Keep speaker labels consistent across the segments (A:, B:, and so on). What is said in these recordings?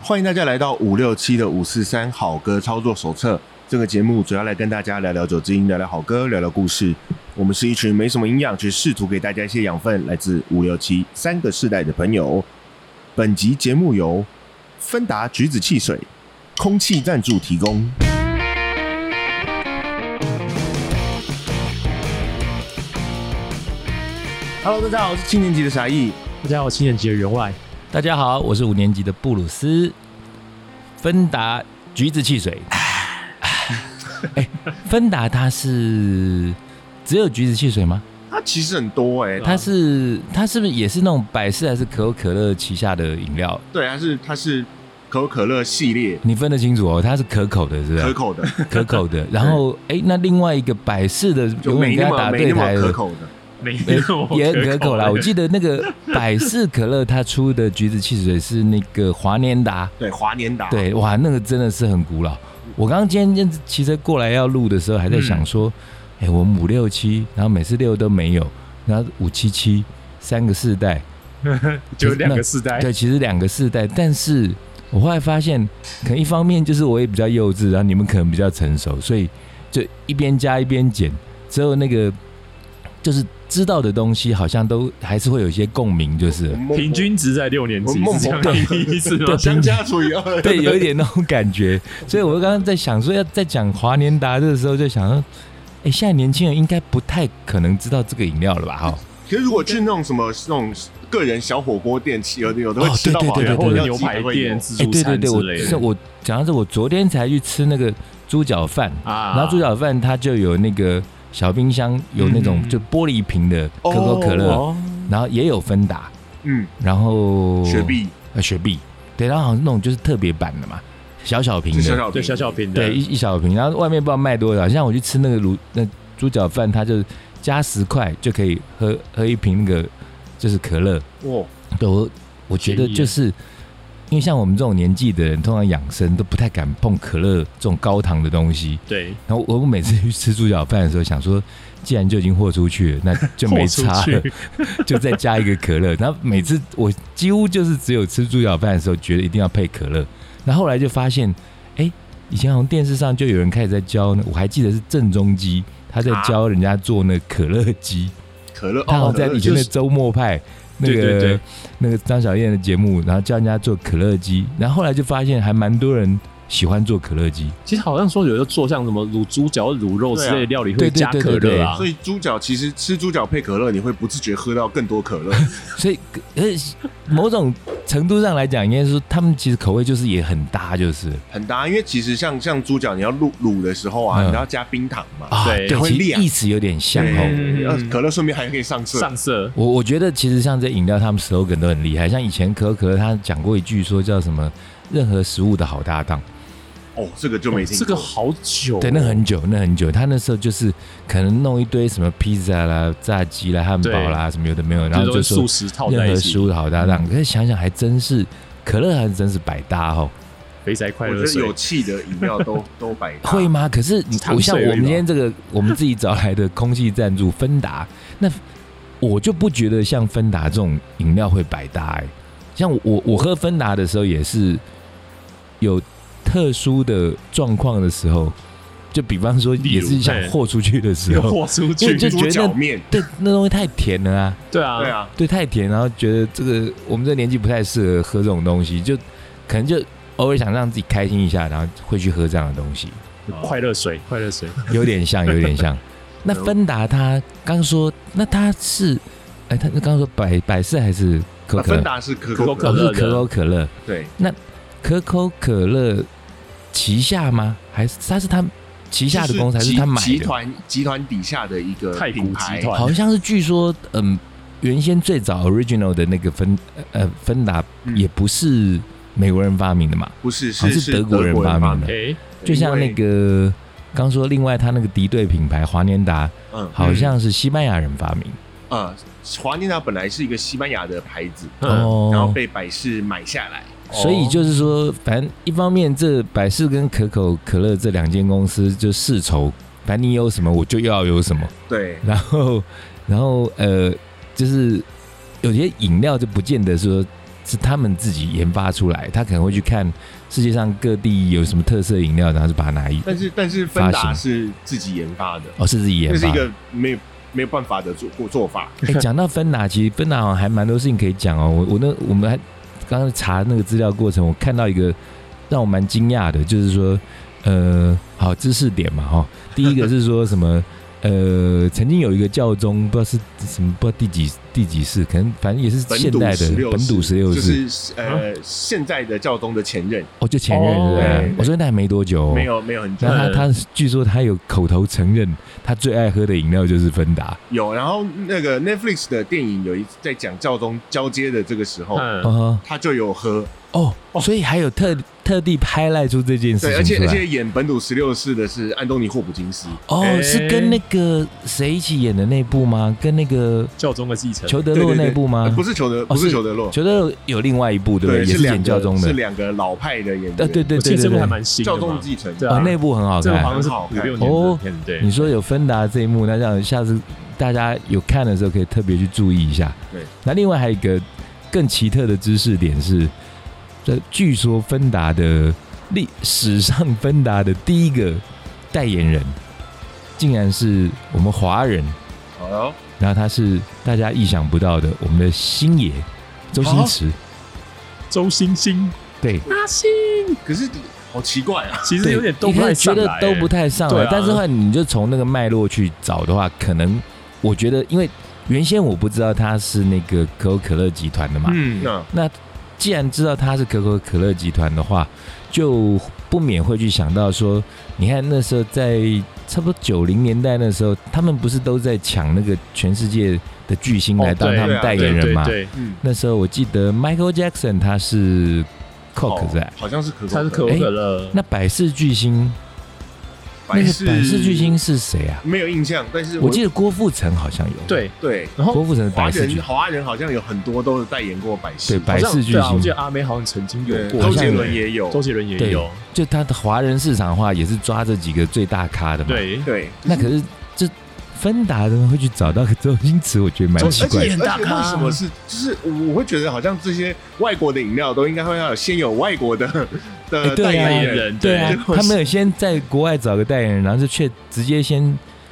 A: 欢迎大家来到五六七的五四三好歌操作手册。这个节目主要来跟大家聊聊酒精，聊聊好歌，聊聊故事。我们是一群没什么营养，却试图给大家一些养分，来自五六七三个世代的朋友。本集节目由芬达橘子汽水空气赞助提供。Hello，大家好，我是七年级的傻义。
B: 大家好，我七年级的员外。
C: 大家好，我是五年级的布鲁斯。芬达橘子汽 水，哎、芬达它是只有橘子汽水吗？
A: 它啊其实很多哎、
C: 它是它是不是也是那种百事还是可口可乐旗下的饮料？
A: 对，它是它是可口可乐系列
C: 你分得清楚哦，它是可口的，是不
A: 可
C: 是？
A: 口的，
C: 可 口的。然后哎、那另外一个百事的，
A: 就
C: 永
A: 没
C: 远跟
A: 那
C: 它
A: 么
C: 打
A: 没
C: 对
A: 那
C: 台
A: 么可
C: 的。
A: 口的。
B: 没
C: 哎
B: 有
C: 也很可口啦，我记得那个百事可乐，它出的橘子汽水是那个华年达，
A: 对，华年达，，
C: 对，哇，那个真的是很古老。我刚刚今天骑车过来要录的时候，还在想说，哎、我们五六七，然后每次六都没有，然后五七七三个世代，
B: 就两个世代，
C: 对，其实两个世代，但是我后来发现，可能一方面就是我也比较幼稚，然后你们可能比较成熟，所以就一边加一边减，之后那个就是知道的东西好像都还是会有一些共鸣，就是了。
B: 平均值在六年级，
A: 我
B: 是这样的意思吗
C: 对？
A: 相加除以二，
C: 对，有一点那种感觉。所以我刚刚在想说，要在讲华年达的时候，就想说，哎、现在年轻人应该不太可能知道这个饮料了 吧？哈，
A: 可是如果去那种什么那种个人小火锅店，其有的有的会
C: 哦
A: 吃到
C: 对对
A: 华
C: 对
A: 人
C: 对
A: 或
B: 或
A: 者
B: 者
C: 对
B: 牛排店、自
C: 哎、
B: 助
C: 对对
B: 餐
C: 对，
B: 之
C: 我
B: 类
C: 是
B: 的
C: 我讲到这，我昨天才去吃那个猪脚饭，
B: 啊
C: 然后猪脚饭它就有那个小冰箱，有那种
B: 嗯
C: 就玻璃瓶的可口可乐，
A: 哦
C: 然后也有芬达，
A: 嗯，
C: 然后
A: 雪碧
C: 呃雪碧，对，然后好像是那种就是特别版的嘛，小小瓶
A: 是
C: 的，
A: 小小
B: 对
A: 瓶
B: 小小瓶的，
C: 对，一一小瓶，然后外面不知道卖多少。像我去吃那个卤那猪脚饭，它就加十块就可以喝喝一瓶那个就是可乐。
A: 哇，
C: 对我我觉得
B: 便宜
C: 就是因为像我们这种年纪的人，通常养生都不太敢碰可乐这种高糖的东西。
B: 对，
C: 然后我我每次去吃猪脚饭的时候，想说既然就已经豁出去了，那 就没
B: 豁出
C: 差了
B: 去，
C: 就再加一个可乐。然后每次我几乎就是只有吃猪脚饭的时候，觉得一定要配可乐。然后后来就发现，哎，以前好像电视上就有人开始在教，我还记得是郑中基，他在教人家做那个可乐鸡。
A: 可乐
C: 他好
A: 哦
C: 像，在以前的周末派那
B: 对
C: 个
B: 对对
C: 那个张小燕的节目，然后教人家做可乐鸡。然后后来就发现还蛮多人喜欢做可乐鸡。
B: 其实好像说有的做像什么卤猪脚、卤肉之类的料理
C: 对
B: 会
C: 啊
B: 加可乐啊
A: 所，以猪脚其实吃猪脚配可乐，你会不自觉喝到更多可乐。
C: 所以呃，某种程度上来讲，应该是说他们其实口味就是也很搭，就是
A: 很搭，因为其实像像猪脚，你要卤卤的时候啊，
C: 嗯
A: 你要加冰糖嘛，
C: 啊，
B: 对
C: 对，
A: 会
C: 其
A: 亮
C: 实意思有点像哦。
A: 对
B: 嗯
A: 然呃后可乐顺便还可以上色，
B: 上色
C: 我我觉得其实像这饮料，他们 slogan 都很厉害。像以前可口可乐他讲过一句说叫什么“任何食物的好搭档
A: 哦，这个就没听
B: 这个
A: 过
B: 好久”，，哦
C: 对，那很久，那很久。他那时候就是可能弄一堆什么披萨啦、炸鸡啦、汉堡啦，什么有的没有，然后
B: 就
C: 就是
B: 素
C: 说
B: 食套在
C: 任
B: 一
C: 何
B: 起
C: 食，物的好搭档。可是想想还真是，可乐还真是百搭哦。
B: 肥宅快
A: 我
B: 乐
A: 觉得
B: 水
A: 有气的饮料 都都百搭
C: 会？
B: 啊
C: 吗？可是你
B: 糖
C: 我像
B: 水而已
C: 我们
B: 吧
C: 今天 这个我们自己找来的空气赞助芬达，那我就不觉得像芬达这种饮料会百搭哎、像我我我喝芬达的时候也是有特殊的状况的时候，就比方说
B: 例
C: 也
B: 如
C: 是想
B: 嘿
C: 豁出去的时
B: 又
C: 候，
B: 豁出
C: 因
B: 去
C: 为，就
A: 猪
C: 觉
A: 脚
C: 得
A: 面，
C: 对那东西太甜了啊，
B: 对啊，
A: 对，啊，
C: 对太甜，然后觉得这个我们这个年纪不太适合喝这种东西，就可能就偶尔想让自己开心一下，然后会去喝这样的东西。
B: 快乐水，快乐水，
C: 有点像，有点像。那芬达他刚说，那他是，哎、他他刚说百百事还是
A: 那
C: 可口可
A: 啊芬
C: 乐？
A: 达是可口可
B: 可口
C: 哦，
A: 乐，
C: 是
B: 乐
C: 可口可乐，
A: 对，
C: 可口可乐旗下吗？还是他是他旗下的公司，还
A: 就是集
C: 他买
A: 集
C: 的？
A: 团集团底下的一个
B: 太古
A: 品牌
B: 集团
C: 好像是据说，嗯，原先最早 original 的那个芬呃芬达
A: 嗯
C: 也不是美国人发明的嘛，
A: 不是
C: 好像
A: 是
C: 是德国人
A: 国
C: 发
A: 人
C: 明
A: 的，
C: 的。
B: 哎，
C: 就像那
A: 因为
C: 个刚说，另外他那个敌对品牌华年达，
A: 嗯
C: 好像是西班牙人发明。
A: 呃，华尼达本来是一个西班牙的牌子，
B: 嗯，
C: 哦，
A: 然后被百事买下来，
B: 哦
C: 所以就是说，反正一方面，这百事跟可口可乐这两间公司就世仇，反正你有什么我就要有什么。
A: 对
C: 然后，然后呃，就是有些饮料就不见得说是他们自己研发出来，他可能会去看世界上各地有什么特色饮料，然后就把它拿一
A: 但是但是芬达
C: 发行
A: 是自己研发的，
C: 哦，是自己研
A: 这
C: 发。
A: 是一个没有没有办法的做做做法。
C: 哎、讲到芬达，其实芬达好像还蛮多事情可以讲哦。我我那我们还刚刚查那个资料过程，我看到一个让我蛮惊讶的，就是说，呃，好知识点嘛，哈、第一个是说什么？ 呃，曾经有一个教宗，不知道是什么，不知道第几第几世，可能反正也是现代的
A: 16
C: 本笃十六世，啊
A: 就是呃、现在的教宗的前任，
C: 哦，就前任
B: 哦
C: 对不
A: 对
C: 对？我说那还没多久、哦，
A: 没。有没有很呃久
C: 然后他
B: 嗯
C: 他据说他有口头承认，他最爱喝的饮料就是芬达。
A: 有。然后那个 Netflix 的电影有一在讲教宗交接的这个时候，
B: 嗯，
C: 哦
A: 他就有喝，
C: 哦，所以还有特特地拍赖出这件事
A: 对，而且
C: 情出
A: 而
C: 来。
A: 且演本笃十六世的是安东尼霍普金斯，
C: 哦，
B: 哎
C: 是跟那个谁一起演的那部吗？跟那个
B: 教宗的继承，
C: 裘德
A: 对
C: 洛
A: 对对
C: 那部吗
A: 呃？不是裘德，不是
C: 啊哦是
A: 裘德洛，
C: 裘德洛有另外一部对不对？也
A: 是两
C: 演教
A: 个
C: 宗的
A: 是。两个老派的演员，
C: 呃，对对
B: 我记得
C: 对对
B: 这部还
C: 对，
B: 蛮新的
A: 教
B: 嘛，
A: 宗继承，
B: 对啊
C: 哦，那部很好
B: 这个好
C: 看。
B: 像是
A: 很好
B: 五
A: 看
B: 六年的
C: 哦
B: 片，对，
C: 你说有芬达这一幕，那这样下次大家有看的时候可以特别去注意一下。
A: 对，
C: 那另外还有一个更奇特的知识点是，这据说芬达的历史上芬达的第一个代言人，竟然是我们华人。
A: 好了，
C: 然后他是大家意想不到的，我们的星爷周星驰，
B: 周星星
C: 对，
B: 阿星，
A: 可是好奇怪啊，
B: 其实
C: 对，
B: 有点都
C: 一
B: 不
C: 开
B: 太
C: 始
B: 上
C: 觉得
B: 来，
C: 都不太上
B: 对
C: 来，
B: 啊
C: 但是后来你就从那个脉络去找的话，可能我觉得，因为原先我不知道他是那个可口可乐集团的嘛，
B: 嗯，
A: 那
C: 既然知道他是可口可乐集团的话，就不免会去想到说，你看那时候在差不多九零年代那时候，他们不是都在抢那个全世界的巨星来
B: 哦
C: 当
B: 对
C: 他
A: 对
C: 们
A: 啊
C: 代
B: 代
C: 言人嘛？
B: 对，对
A: 嗯，
C: 那时候我记得 Michael Jackson 他是 Coke 在、
A: 哦好像是可口，
B: 他是可口可乐，
C: 那百事巨星，
A: 百
C: 那个百事巨星是谁啊？
A: 没有印象，但是
C: 我记得郭富城好像有，，
B: 对，
A: 对
B: 然后
C: 郭富城的
A: 华
C: 百事巨
A: 人华人好像有很多都是代言过百
C: 对
A: 事，
C: 百
B: 好像
C: 事巨
B: 对啊我记
C: 星
B: 得，阿妹好像曾经有
A: 对
B: 过，
A: 周
C: 好像
A: 杰
C: 有
A: 伦也有
B: 周，杰伦也
C: 对
B: 有，
C: 就他的华人市场的话，也是抓这几个最大咖的嘛。，
B: 对，
A: 对，
C: 那可是这芬达的会去找到周星驰，我觉得蛮
B: 周
C: 奇
A: 而且
B: 星
A: 而
C: 怪的。
A: 且
B: 很大咖
A: 为什么是就是我会觉得好像这些外国的饮料都应该会要有先有外国 的
C: 哎
A: 的
C: 对啊
A: 代
B: 代
A: 言
B: 言
A: 人，
B: 人，
C: 对啊
A: 结，果是
C: 他没有先在国外找个代言人，然后就却直接先，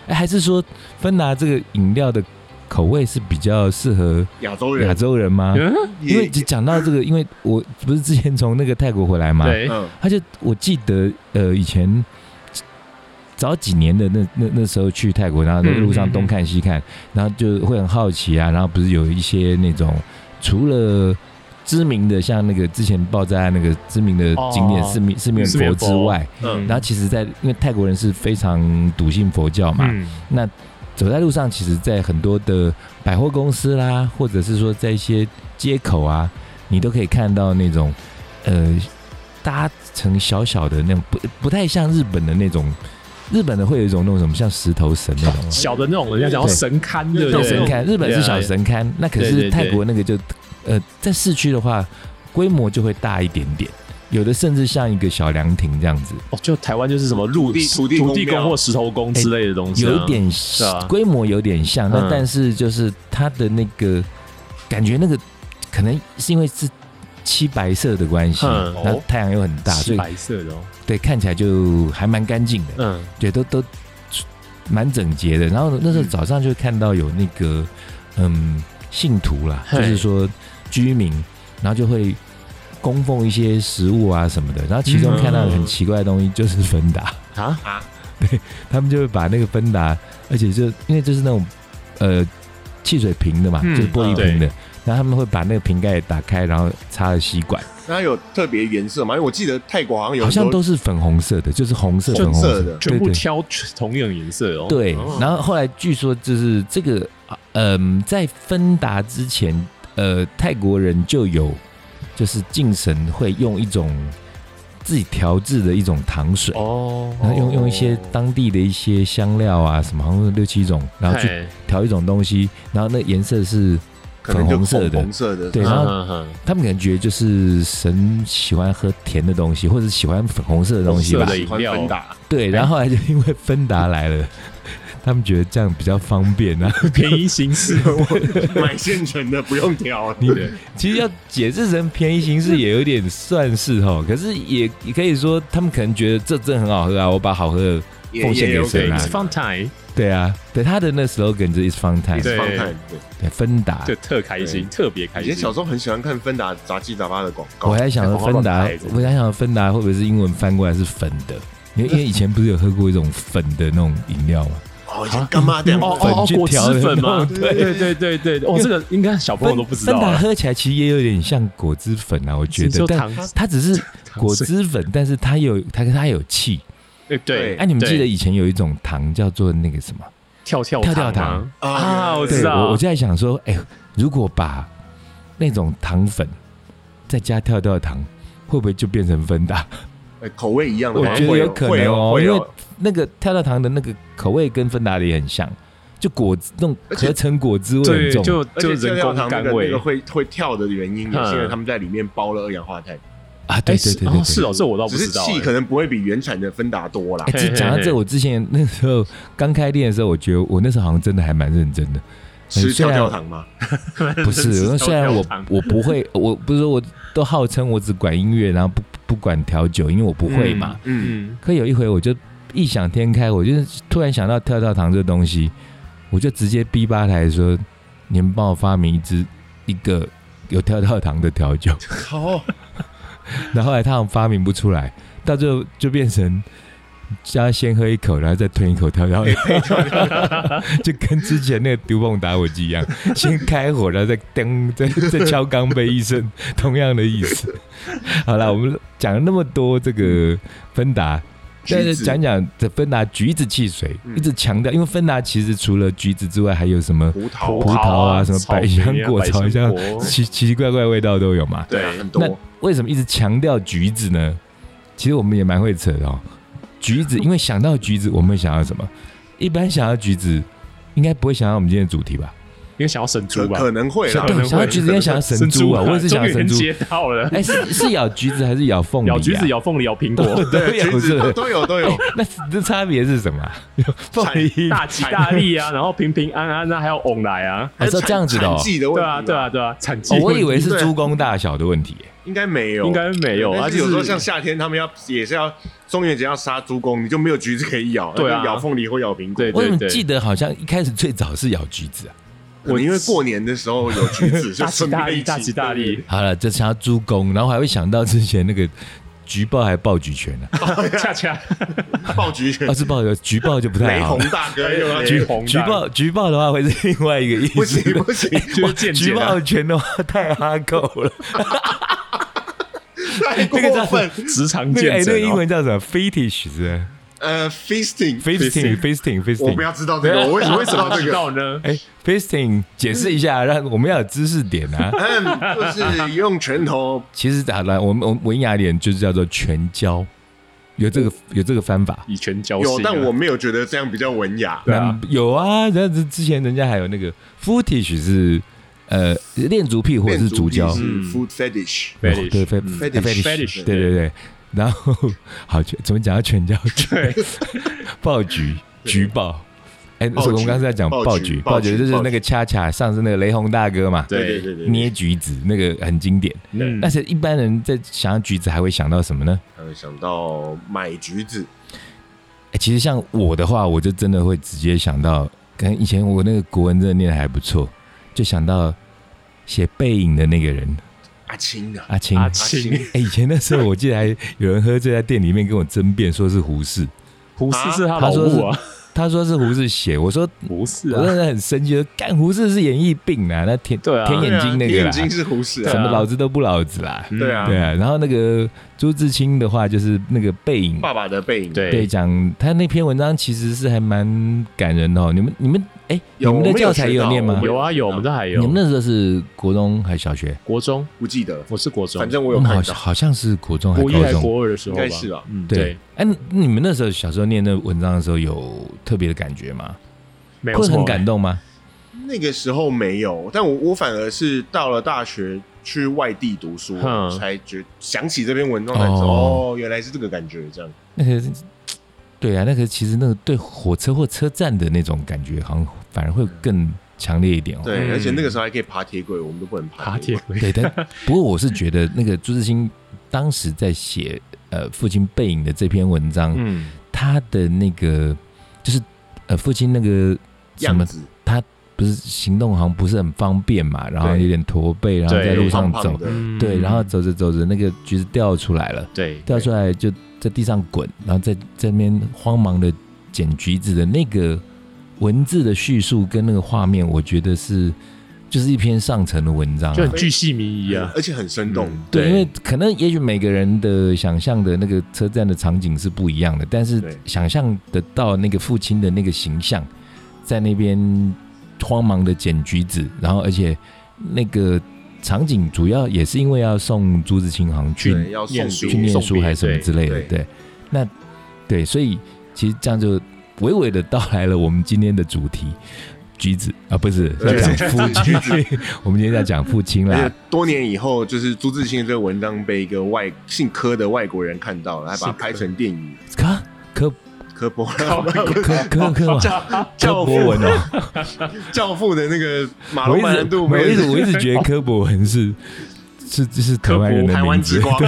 C: 哎，还是说芬达这个饮料的口味是比较适合
A: 亚洲
C: 亚
A: 人，
C: 洲人吗？
B: 嗯，
A: 也
C: 因为只讲到这个，因为我不是之前从那个泰国回来嘛，
B: 对，
A: 嗯，
C: 他就我记得呃以前早几年的那那那时候去泰国，然后在路
B: 嗯
C: 上
B: 嗯嗯
C: 东看西看，然后就会很好奇啊，然后不是有一些那种除了。知名的像那个之前爆炸案那个知名的景点
B: 哦
C: 四面四面
B: 四面佛
C: 佛之外，
A: 嗯
C: 然后其实在，因为泰国人是非常笃信佛教嘛，
B: 嗯，
C: 那走在路上，其实，在很多的百货公司啦，或者是说在一些街口啊，你都可以看到那种呃搭成小小的那种，不不太像日本的那种，日本的会有一种那种什么像石头神那种。
B: 小的那种人家讲到
C: 对
B: 神龛，对不
C: 小
B: 对？
C: 神龛，日本是小神龛，那可
B: 对
C: 是
B: 对对
C: 泰国那个就，呃，在市区的话，规模就会大一点点，有的甚至像一个小凉亭这样子，
B: 哦，就台湾就是什么
A: 土
B: 路
A: 地土地公
B: 土地公
A: 庙
B: 或石头公之类的东西啊，
C: 有一点
B: 啊
C: 规模有点像，那
B: 嗯
C: 但是就是它的那个感觉，那个可能是因为是漆白色的关系，
B: 嗯
C: 然后太阳又很大，所
B: 是
C: 以
B: 白色的，哦，
C: 对看起来就还蛮干净的，
B: 嗯，
C: 对，都都蛮整洁的。然后那时候
A: 嗯
C: 早上就看到有那个嗯信徒啦，
B: 嘿
C: 就是说居民，然后就会。供奉一些食物啊什么的，然后其中
B: 嗯
C: 看到很奇怪的东西，就是芬达。
B: 啊，
C: 他们就会把那个芬达，而且就因为就是那种呃汽水瓶的嘛，
A: 嗯
C: 就是玻璃瓶的，然后他们会把那个瓶盖打开，然后插了吸管，
A: 那它有特别颜色吗？因为我记得泰国好像有
C: 好
A: 很多
C: 像都是粉红色的，就是红色、
A: 就
C: 粉红
A: 色
C: 色
A: 的
B: 全部
C: 对对
B: 挑同样颜色哦，
C: 对
B: 哦，
C: 然后后来据说就是这个，啊嗯、在芬达之前，呃，泰国人就有就是敬神会用一种自己调制的一种糖水。
B: 哦，
C: 然后用用一些当地的一些香料啊，什么好像是六七种，然后去
B: 嘿
C: 调一种东西，然后那颜色是
A: 可能就
C: 粉红色的
A: 粉红色的，
C: 对
B: 嗯
C: 然后
B: 嗯嗯
C: 他们感觉就是神喜欢喝甜的东西，或者喜欢粉红色的东西
B: 红
C: 吧
B: 色。的
A: 喜欢
B: 饮料
A: 芬达，
C: 对，然后后来就因为芬达来了， 他们觉得这样比较方便啊。
B: 便宜行事，
A: 买现成的，不用调。
C: 你其实要解释成便宜形式也有点算是哈，可是也也可以说他们可能觉得这真的很好喝啊，我把好喝的
A: 也
C: 奉献
A: 也
C: 给
A: OK，
C: 谁啦啊
B: It's？fun time，
C: 对啊，对他的那 slogan 就是 “It's fun time”，
B: 对
A: 放看。对，
C: 对芬达，
B: 就特开心，特别开
A: 以
B: 心。
A: 前小时候很喜欢看芬达杂七杂八的广告。
C: 我还想着芬
B: 广
C: 达
B: 告牌子，
C: 我还想着芬达会不会是英文翻过来是粉的？因为因为以前不是有喝过一种粉的那种饮料吗？
A: 哦，以
C: 啊
A: 前干妈店
B: 哦
C: 粉
B: 哦哦，
C: 去
B: 果
C: 调的
B: 汁粉 吗？
A: 对
B: 对对对对对，哦，这个应该小朋友都不知道
C: 芬达
B: 啊。
C: 喝起来其实也有点像果汁粉啊，我觉
B: 是
C: 得
B: 说，
C: 但
B: 糖
C: 它只是
B: 糖
C: 果
B: 水
C: 汁粉，但是它有它它有气。
B: 对对，
A: 对
C: 哎、你们记得
B: 对
C: 以前有一种糖叫做那个什么？
B: 跳跳
C: 跳跳
B: 糖
C: 糖
B: 吗啊我知
C: 哦对，
B: 道
C: 我我就在想说，哎、如果把那种糖粉再加跳跳糖，会不会就变成芬达？
A: 哎口味一样的
C: 我
A: 吗，
C: 觉得有可能
A: 会
C: 哦、
A: 会
C: 因为
A: 哦
C: 那个跳跳糖的那个口味跟芬达的也很像，就果汁那种合成果汁味
B: 对，
C: 很重。
B: 就
A: 而
B: 就
A: 且跳
B: 人
A: 跳
B: 工
A: 糖那
B: 甘
A: 个那
B: 味
A: 个。会会跳的原因，也是因为
B: 嗯
A: 他们在里面包了二氧化碳，
C: 啊，对
B: 哎
C: 对
B: 是
C: 对对
B: 哦
C: 对，
B: 是哦，这我倒不
A: 只是
B: 知道
A: 气
B: 哎
A: 可能不会比原产的芬达多啦
C: 哎、。
B: 嘿
C: 这讲到
B: 嘿
C: 这，我之前那时候刚开店的时候，我觉得我那时候好像真的还蛮认真的。
A: 吃
C: 虽
A: 跳
C: 然
A: 跳糖吗？
C: 不 是，
B: 是
C: 虽然
B: 跳
C: 我
B: 跳糖
C: 我不会，我不是说我都号称我只管音乐，然后不不管调酒，因为我不会嘛。
A: 嗯，
B: 嗯，
C: 可有一回我就异想天开，我就是突然想到跳跳糖这东西，我就直接逼吧台说：“你们帮我发明一支一个有跳跳糖的调酒。
A: 好，”
C: 然后后来他们发明不出来，到最后就变成。要先喝一口，然后再吞一口跳跳糖，就跟之前那个毒蹦打火机一样，先开火，然后再噔，再再敲钢杯一声，同样的意思。好了，我们讲了那么多这个芬达，但
A: 橘
C: 是
A: 子
C: 讲讲这芬达橘子汽水，
A: 嗯
C: 一直强调，因为芬达其实除了橘子之外，还有什么
A: 葡
B: 葡
A: 萄
C: 萄啊什么
B: 草
C: 百
B: 莓
C: 香
B: 啊
C: 果
B: 百
C: 草莓香
B: 果
C: 奇奇奇怪怪的味道都有嘛。
A: 对啊
B: 对
A: 很
C: 那
A: 多，
C: 为什么一直强调橘子呢？其实我们也蛮会扯的哦。橘子，因为想到橘子，我们会想到什么？一般想到橘子，应该不会想到我们今天的主题吧？
B: 应该想要神
A: 可
B: 猪吧？
A: 可能会
B: 是
A: 啦
B: 可。能会
C: 对，想到橘子应该想到神猪啊，我也是想到神猪
B: 终于。接到了，
C: 哎，是是咬橘子还是咬凤梨、啊？
B: 咬橘子、咬凤梨、咬苹果，
C: 对，
A: 橘
C: 有
A: 子
C: 这
A: 都
C: 个。
A: 都有都 有，
C: 那这差别是什么啊？凤梨
B: 大吉大 利啊，然后平平安安啊，还有翁来啊，
C: 还是这样子的哦
A: 产。季的问
B: 对
A: 题
B: 啊，
A: 啦
B: 对啊，，对啊，产
C: 哦
B: 季，
C: 我以为是
A: 对
C: 猪公大小的问题耶。
A: 应该没有，
B: 应该没有，
A: 而
B: 啊，
A: 且有时
B: 就
A: 候
B: 是
A: 像夏天，他们要也是要中元节要杀猪公，你就没有橘子可以咬，
B: 对啊
A: 那就咬凤梨或咬苹果。
B: 对
C: 我怎么
B: 对
C: 记得好像一开始最早是咬橘子啊？
A: 我因为过年的时候有橘 子，就
B: 大吉
A: 顺
B: 大
A: 便一
B: 利，
A: 起
B: 大吉大利，
C: 好了，就想到猪公，然后还会想到之前那个橘豹还爆橘拳 呢、啊，
B: 恰 恰
A: 爆橘拳
C: 要、，是爆橘豹就不 太
A: 雷
C: 好
A: 洪
C: 了。
A: 大哥又要
B: 橘
A: 橘，
B: 红
C: 橘豹橘豹的话会是另外一个意思，
A: 不行不行，
B: 就是渐
C: 橘
B: 渐
C: 豹拳的话太哈扣了，
A: 太过
C: 那个叫
A: 分。
B: 职场
C: 那
B: 见
C: 个哎、那个
B: 证
C: 英
B: 哦，
C: 文叫什么？fetish 是
A: 呃，feasting，
C: 不是
B: Fisting
C: ？fisting fisting
A: 我不
C: fisting。
A: 要知道这个，我为什么会知道这
B: 知
A: 个？
B: 道呢？
C: 哎，fisting 解释一下，让我们要有知识点 啊。
A: 嗯，就是用拳头
C: 其实好了，我们我们文雅一点就是叫做全交，有这个有这个翻法。
B: 以拳交心啊，
A: 有，但我没有觉得这样比较文雅。
B: 对啊
C: 嗯有啊，然后之前人家还有那个 footish 是呃恋足癖或者是足胶，
A: 是
B: 嗯
A: food fetish，
C: 哦
B: Fetish
C: 对非
B: 嗯
A: Fetish
C: fetish，
B: Fetish
C: 对对对。然后 好，全怎么讲到全交？
B: 对，
C: 爆菊菊爆。哎，
A: 爆
C: 所以我们
A: 菊
C: 刚才在讲
A: 爆
C: 爆
A: 菊
C: 菊，
A: 爆
C: 爆菊
A: 菊
C: 就是
A: 爆
C: 那个
A: 菊
C: 恰恰上次那个雷洪大哥嘛，
A: 对
B: 对
A: 对对，
C: 捏橘子那个很经典。
B: 嗯
C: 但是一般人在想到橘子还会想到什么呢？
A: 呃想到买橘子，
C: 欸其实像我的话，我就真的会直接想到，可能以前我那个国文真的念的还不错，就想到写背影的那个人
A: 阿青啊，
C: 阿青。
B: 阿
A: 阿
B: 青
A: 青
C: 欸以前那时候我记得还有人喝醉在店里面跟我争辩，说是胡适，
B: 胡适是他
C: 他
B: 老
C: 说
B: 母啊，
C: 他说是胡适写，我说
B: 胡适
C: 我
B: 啊，
C: 真的很生气，说干胡适是演艺病啊，那天
B: 对啊
C: 天眼睛那
A: 对
C: 个
A: 啊
C: 啦，
A: 眼睛
C: 什
A: 是胡适
B: 对
A: 啊，
B: 啊
C: 么老子都不老子啦，
B: 嗯
A: 对啊
C: 对啊。然后那个朱自清的话就是那个背影，
A: 爸爸的背影，
B: 对
C: 对，讲他那篇文章其实是还蛮感人的哦。你们你们哎，你
A: 有
C: 们的
A: 我们有
C: 教材也
A: 学到
C: 念吗
A: 我？们
B: 有啊有，我们这还有
C: 你们那时候是国中还是小学？
B: 国中，
A: 不记得，
B: 我是国中，
A: 反正我有
C: 我们
A: 看
C: 嗯好
A: 到
C: 像，好像是国中还
B: 国一还
C: 是高中？
B: 国二的时候吧，
A: 应该是吧啊
B: 嗯，
C: 对
B: 对，，
C: 哎，那你们那时候小时候念那文章的时候有特别的感觉吗？
B: 没有
C: 会
B: 错
C: 很感动吗？
A: 那个时候没有，但我我反而是到了大学去外地读书，
B: 哼
A: 才觉想起这篇文章才知道，
C: 哦
A: 哦，原来是这个感觉，这样。
C: 那个对啊，那个其实那个对火车或车站的那种感觉，好像反而会更强烈一点哦。
A: 对，
B: 嗯
A: 而且那个时候还可以爬铁轨，我们都不能
B: 爬
A: 爬
B: 铁。轨，
C: 对，但不过我是觉得那个朱自清当时在写呃父亲背影的这篇文章，
A: 嗯，
C: 他的那个就是呃父亲那个什
A: 样
C: 么
A: 子，
C: 不是行动好像不是很方便嘛，然后
A: 对
C: 有点驼背，然后
B: 对
C: 在路上
A: 胖
C: 走
A: 胖，的，
B: 嗯
C: 对，然后走着走着那个橘子掉出来了，
B: 对
C: 掉出来就在地上滚，然后在这边慌忙的捡橘子的那个文字的叙述跟那个画面，我觉得是就是一篇上乘的文章、啊，
B: 就很巨细靡遗啊，
A: 而且很生动。
B: 嗯
C: 对，因为可能也许每个人的想象的那个车站的场景是不一样的，但是
A: 对
C: 想象得到那个父亲的那个形象，在那边慌忙的捡橘子，然后而且那个场景主要也是因为要送朱自清好像去
A: 对，要送
B: 念
A: 书
B: 书
C: 去念书还是什么之类的，
A: 对
C: 对，那对，所以其实这样就娓娓的到来了我们今天的主题。橘子啊，不是要
A: 对
C: 讲父 亲，我们今天在讲父亲啦
A: 而且。多年以后，就是朱自清的这个文章被一个外姓柯的外国人看到了，还把它
B: 姓柯
A: 拍成电影
C: 科科
A: 《柯波
C: 科科科 嘛，
A: 教
C: 柯
A: 教
C: 博
A: 父
C: 文哦，
A: 教父的那个马
C: 我
A: 龙
C: 一
A: 白兰
C: 直
A: 度
C: 我
A: 没
C: 一
A: 有
C: 直我一直觉得柯博文是是是台
B: 科
C: 湾人
B: 普
C: 的
B: 台
C: 名
B: 湾
C: 字
B: 之，光，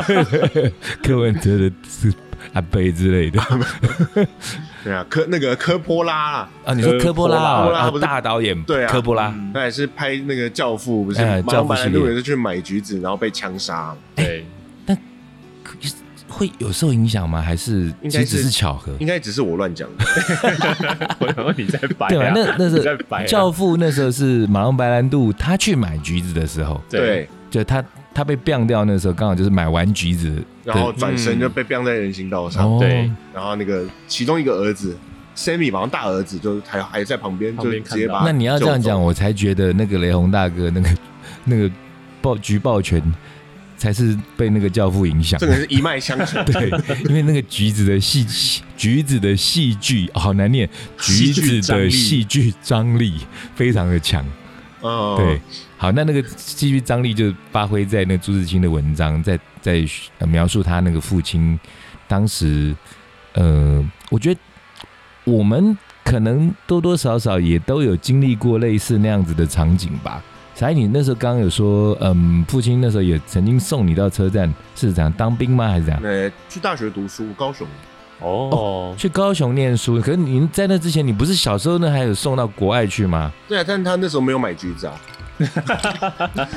C: 柯文哲的是阿贝之类的
A: 对啊，柯那个柯波拉啦，
C: 啊。你说
B: 科
C: 科波拉
A: 呃科波拉
C: 啊，
A: 不是
C: 啊大导演
A: 对啊
C: 科波拉，
B: 嗯
A: 他也是拍那个教父，不是
C: 哎
A: 马
C: 教
A: 龙
C: 父
A: 白兰
C: 系
A: 度
C: 列
A: 也是去买橘子，然后被枪杀。
B: 对，
C: 会有受影响吗？还是
A: 应该
C: 其实只
A: 是
C: 是巧合？
A: 应该只是我乱讲的，
B: 我想问你在摆啊，
C: 对吧？那那
B: 你在
C: 是
B: 摆啊
C: 教父那时候是马龙白兰度，他去买橘子的时候，
B: 对，
A: 对，
C: 就他他被变掉那时候，刚好就是买完橘子的，
A: 然后转身
B: 嗯
A: 就被晾在人行道上，
C: 哦
B: 对
A: 然后那个其中一个儿子 Sammy 好像大儿子就还还在旁边，
B: 旁
A: 就
B: 边
A: 直接
B: 看到
A: 把
C: 那你要这样
A: 救走
C: 讲，我才觉得那个雷洪大哥那个 那个抱橘抱拳才是被那个教父影响。
A: 这。个是一脉相承
C: 对，因为那个橘子的戏，橘子的戏剧、哦好难念，橘
B: 戏剧
C: 子
B: 张
C: 的
B: 力
C: 戏剧张力非常的强。
A: 嗯，
C: 对，，好，那那个戏剧张力就发挥在那个朱自清的文章，在在、呃描述他那个父亲当时，呃，我觉得我们可能多多少少也都有经历过类似那样子的场景吧。才你那时候刚刚有说，嗯，父亲那时候也曾经送你到车站，是怎样当兵吗？还是怎样？
A: 那去大学读书，高雄
B: 哦，
C: 去高雄念书，可是您在那之前，你不是小时候呢还有送到国外去吗？
A: 对啊，但他那时候没有买橘子啊，？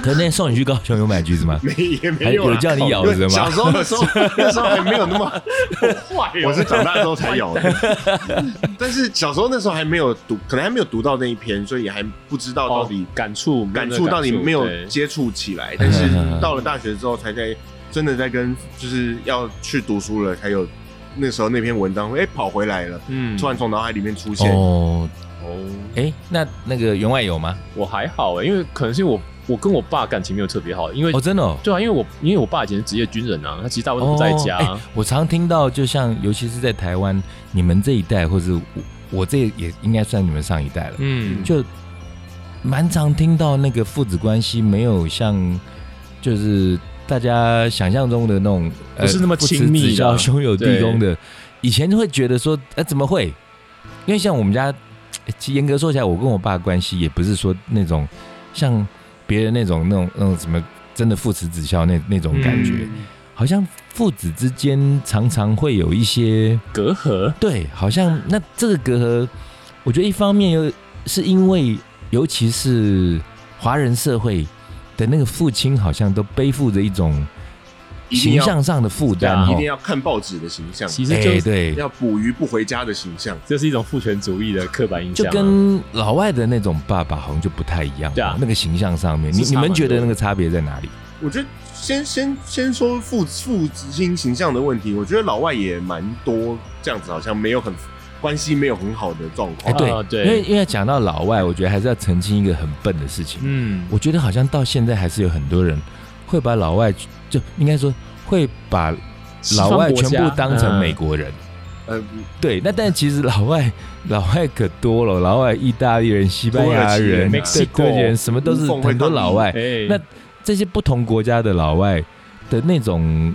C: 可是那送你去高雄有买橘子吗
A: 没也
C: 还
A: 没有啊
C: 有
A: 啦
C: 叫你咬
A: 因为
C: 着吗？
A: 小时候的时候，那时候还没有那么，
B: 坏 哦
A: 我是长大之后才咬的。 但是小时候那时候还没有读，可能还没有读到那一篇，所以也还不知道到底
B: 哦感触没有那
A: 感
B: 个
A: 触到底没有
B: 对
A: 接触起来。
C: 嗯
A: 但是
C: 嗯嗯
A: 到了大学之后，才在真的在跟就是要去读书了，才有那时候那篇文章哎、跑回来了，
B: 嗯
A: 突然从脑海里面出现。
C: 哦，
B: 哦，
C: 哎、那那个员外有吗？
B: 我还好欸，因为可能是因为我我跟我爸感情没有特别好，因为
C: 哦，真的、哦，
B: 对啊，因为我因为我爸以前是职业军人啊，他其实大部分都不在家
C: 哦。诶我常听到，就像尤其是在台湾，你们这一代，或者我我这也应该算你们上一代了，
B: 嗯，
C: 就蛮常听到那个父子关系没有像就是大家想象中的那种，呃
B: 不是那么
C: 父慈
B: 亲密的
C: 子孝兄友弟恭的。以前会觉得说，呃，怎么会？因为像我们家，诶其实严格说起来，我跟我爸的关系也不是说那种像别人那种那种那种什么真的父慈子孝那那种感觉，
B: 嗯
C: 好像父子之间常常会有一些
B: 隔阂，
C: 对，好像那这个隔阂，我觉得一方面又是因为，尤其是华人社会的那个父亲，好像都背负着一种
A: 一定
C: 形
A: 要
C: 象上的负担
B: 然
A: 一
C: 哦
A: 定。要看报纸的形象，
B: 其实
C: 哎、
B: 就是
C: 对，
A: 要捕鱼不回家的形象。
B: 这是一种父权主义的刻板印
C: 就
B: 象啊，
C: 跟老外的那种爸爸好像就不太一样哦。
B: 对啊
C: 那个形象上面，你
B: 是差
C: 你们
B: 蛮
C: 觉得
B: 多
C: 那个差别在哪里？
A: 我觉得先先先说父父子亲形象的问题，我觉得老外也蛮多这样子，好像没有很关系没有很好的状
C: 哎、
A: 况。
C: 对，
B: 啊对
C: 因为因为讲到老外，我觉得还是要澄清一个很笨的事情。
B: 嗯，
C: 我觉得好像到现在还是有很多人会把老外就应该说会把
B: 西方国
C: 老外全
B: 家
C: 部当成美
B: 嗯
C: 国人。
A: 呃，
C: 对，那但其实老外老外可多了，老外意大利人、西班
A: 土
C: 牙
A: 耳其人
C: 人、
A: 啊
C: 对土耳其人什么都是
A: 无缝会
C: 很多
A: 到
C: 老
A: 你
C: 外。
B: 哎
C: 那这些不同国家的老外的那种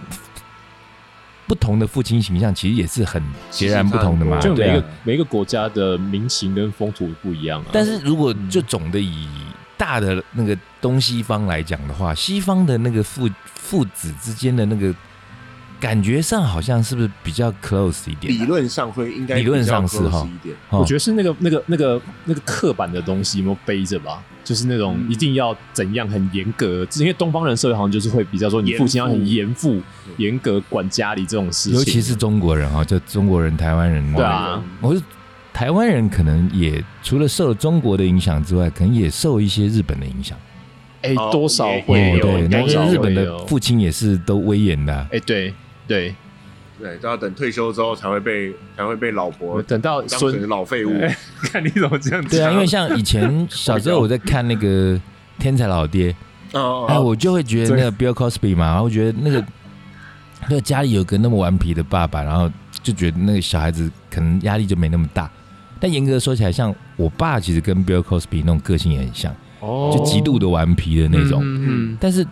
C: 不同的父亲形象其实也是很截然不同的嘛，
B: 就每
C: 对
B: 个、
C: 啊。
B: 每一个国家的民情跟风土不一样啊。
C: 但是如果就总的以大的那个东西方来讲的话，西方的那个父父子之间的那个感觉上，好像是不是比较 close 一点啊、
A: 理论上会应该
C: 理论上是
A: 比较
C: 哈
A: close 一点，
C: 哦
B: 我觉得是那个那个那个那个刻板的东西有没有背着吧？就是那种
A: 嗯
B: 一定要怎样很严格，因为东方人社会好像就是会比较说你
A: 严
B: 父亲要很
A: 父
B: 严父、严格管家里这种事情，
C: 嗯尤其是中国人啊、就中国人、台湾人，哦
B: 对啊，
C: 我是台湾人，可能也除了受中国的影响之外，可能也受一些日本的影响。
B: 哎、
A: 哦
B: 多少
A: 也
B: 会有，
C: 对，那
B: 多
C: 因
B: 少
C: 为
B: 会
C: 日本的
B: 有
C: 父亲也是都威严的啊、
B: 哎、对对，
A: 对，都要等退休之后才会被才会被老婆
B: 等到
A: 当成
B: 孙，
A: 老废物，
B: 哎看你怎么这样
C: 对啊，
B: 讲，
C: 因为像以前小时候我在看那个《天才老爹》，
A: 哦
C: 哎，我就会觉得
B: 对
C: 那个 Bill Cosby 嘛，然后觉得那个那个家里有个那么顽皮的爸爸，然后就觉得那个小孩子可能压力就没那么大。但严格说起来，像我爸其实跟 Bill Cosby 那种个性也很像，
B: 哦
C: 就极度的顽皮的那种。
B: 嗯
C: 但是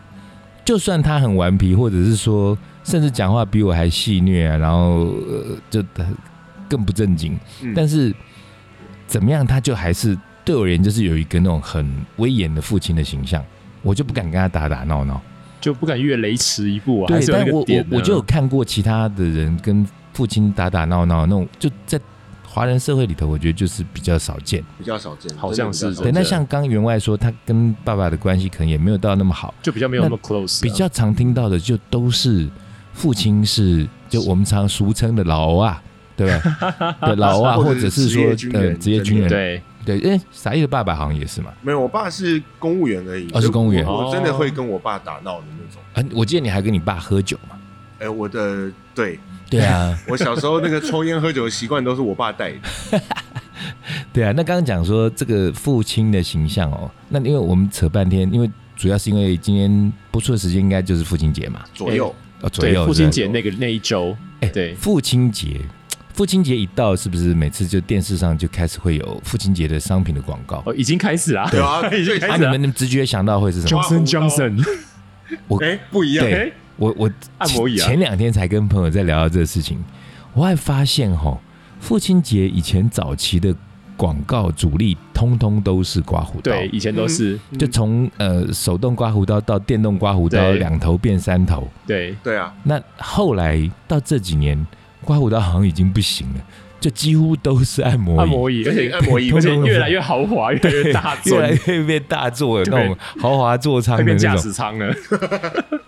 C: 就算他很顽皮，或者是说甚至讲话比我还戏谑、啊，然后、呃、就呃更不正经，
A: 嗯
C: 但是怎么样，他就还是对我而言就是有一个那种很威严的父亲的形象，我就不敢跟他打打闹闹。
B: 就不敢越雷池一步啊，还
C: 对，
B: 是有那
C: 但我
B: 个
C: 我
B: 点
C: 我
B: 呢
C: 就有看过其他的人跟父亲打打闹闹那种，就在华人社会里头，我觉得就是比较少见。
A: 比较少见，
B: 好像是
A: 真的比较少
C: 对，
A: 见
C: 那像刚员外说，他跟爸爸的关系可能也没有到那么好。
B: 就比较没有那么 close，、啊、
C: 比较常听到的就都是父亲是就我们常俗称的老欧啊，对吧？对老欧啊，
A: 或
C: 或
A: 者
C: 者
A: 是
C: 是
A: 职
C: 说
A: 业军人
C: 呃职业军人，
B: 对，
C: 对，因为傻义的爸爸好像也是嘛。
A: 没有，我爸是公务员而已，
C: 哦是公务员哦
A: 所以我我真的会跟我爸打闹的那种。
C: 嗯，我记得你还跟你爸喝酒嘛？
A: 哎，我的对
C: 对啊，
A: 我小时候那个抽烟喝酒的习惯都是我爸带的，
C: 对啊。那刚刚讲说这个父亲的形象哦，那因为我们扯半天，因为主要是因为今天播出的时间应该就是父亲节嘛，
A: 左右
C: 哦左
B: 对
C: 右
B: 父
C: 是
B: 亲
C: 吧
B: 节那个那一周，
C: 哎
B: 对，
C: 父亲节，父亲节一到，是不是每次就电视上就开始会有父亲节的商品的广告？
B: 哦，已经开始啊，
A: 对啊
B: 已经
C: 啊，
B: 开始
C: 你
B: 啊
C: 们直觉想到会是什么？
B: ，Johnson
A: 刮胡刀
B: Johnson，
A: 哎不一样，
C: 对我我
B: 按摩椅啊
C: 前两天才跟朋友在聊到这个事情，我还发现哈，父亲节以前早期的广告主力通通都是刮胡刀，
B: 对，以前都是
A: 嗯
C: 就从呃手动刮胡刀到电动刮胡刀，
B: 对
C: 两头变三头。
B: 对，
A: 对啊，
C: 那后来到这几年，刮胡刀好像已经不行了，就几乎都是按摩椅，
B: 按摩椅，而且
A: 按摩椅
B: 而
C: 通
B: 且
C: 通都是
B: 越来越豪华，越来越大
C: 越来
B: 尊，
C: 越变大座，有
B: 对
C: 那种豪华座舱
B: 会
C: 的
B: 变
C: 那
B: 驾
C: 种。
B: 驶舱了，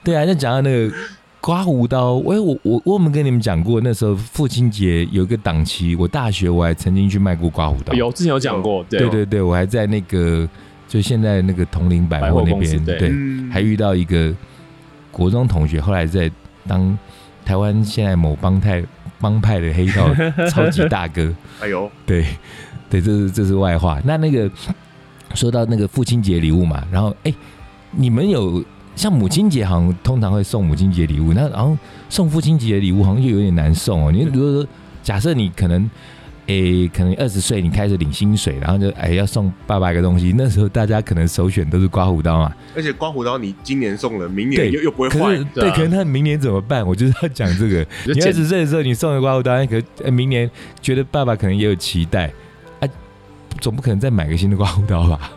C: 对啊，就讲到那个刮胡刀，喂，我我我有没有跟你们讲过，那时候父亲节有一个档期，我大学我还曾经去卖过刮胡刀。
B: 有之前有讲过，对
C: 对对对，我还在那个就现在那个铜陵百货
B: 百货
C: 那
B: 公司
C: 边，
B: 对
C: 对，
A: 嗯
C: 还遇到一个国中同学，后来在当台湾现在某帮派帮派的黑道超级大哥，
A: 哎呦，
C: 对，对，这是这是外话。那那个说到那个父亲节礼物嘛，然后哎，你们有像母亲节好像通常会送母亲节礼物，那然后送父亲节礼物好像就有点难送哦。你如果说假设你可能。哎，可能二十岁你开始领薪水，然后就哎要送爸爸一个东西。那时候大家可能首选都是刮胡刀嘛，
A: 而且刮胡刀你今年送了，明
C: 对
A: 年又又不会
C: 可
A: 坏
C: 是，
B: 对
C: 对，
B: 啊
C: 可能他明年怎么办？我就是要讲这个。
B: 就
C: 你
B: 剪
C: 二十岁的时候，你送了刮胡刀，可呃明年觉得爸爸可能也有期待啊，总不可能再买个新的刮胡刀吧？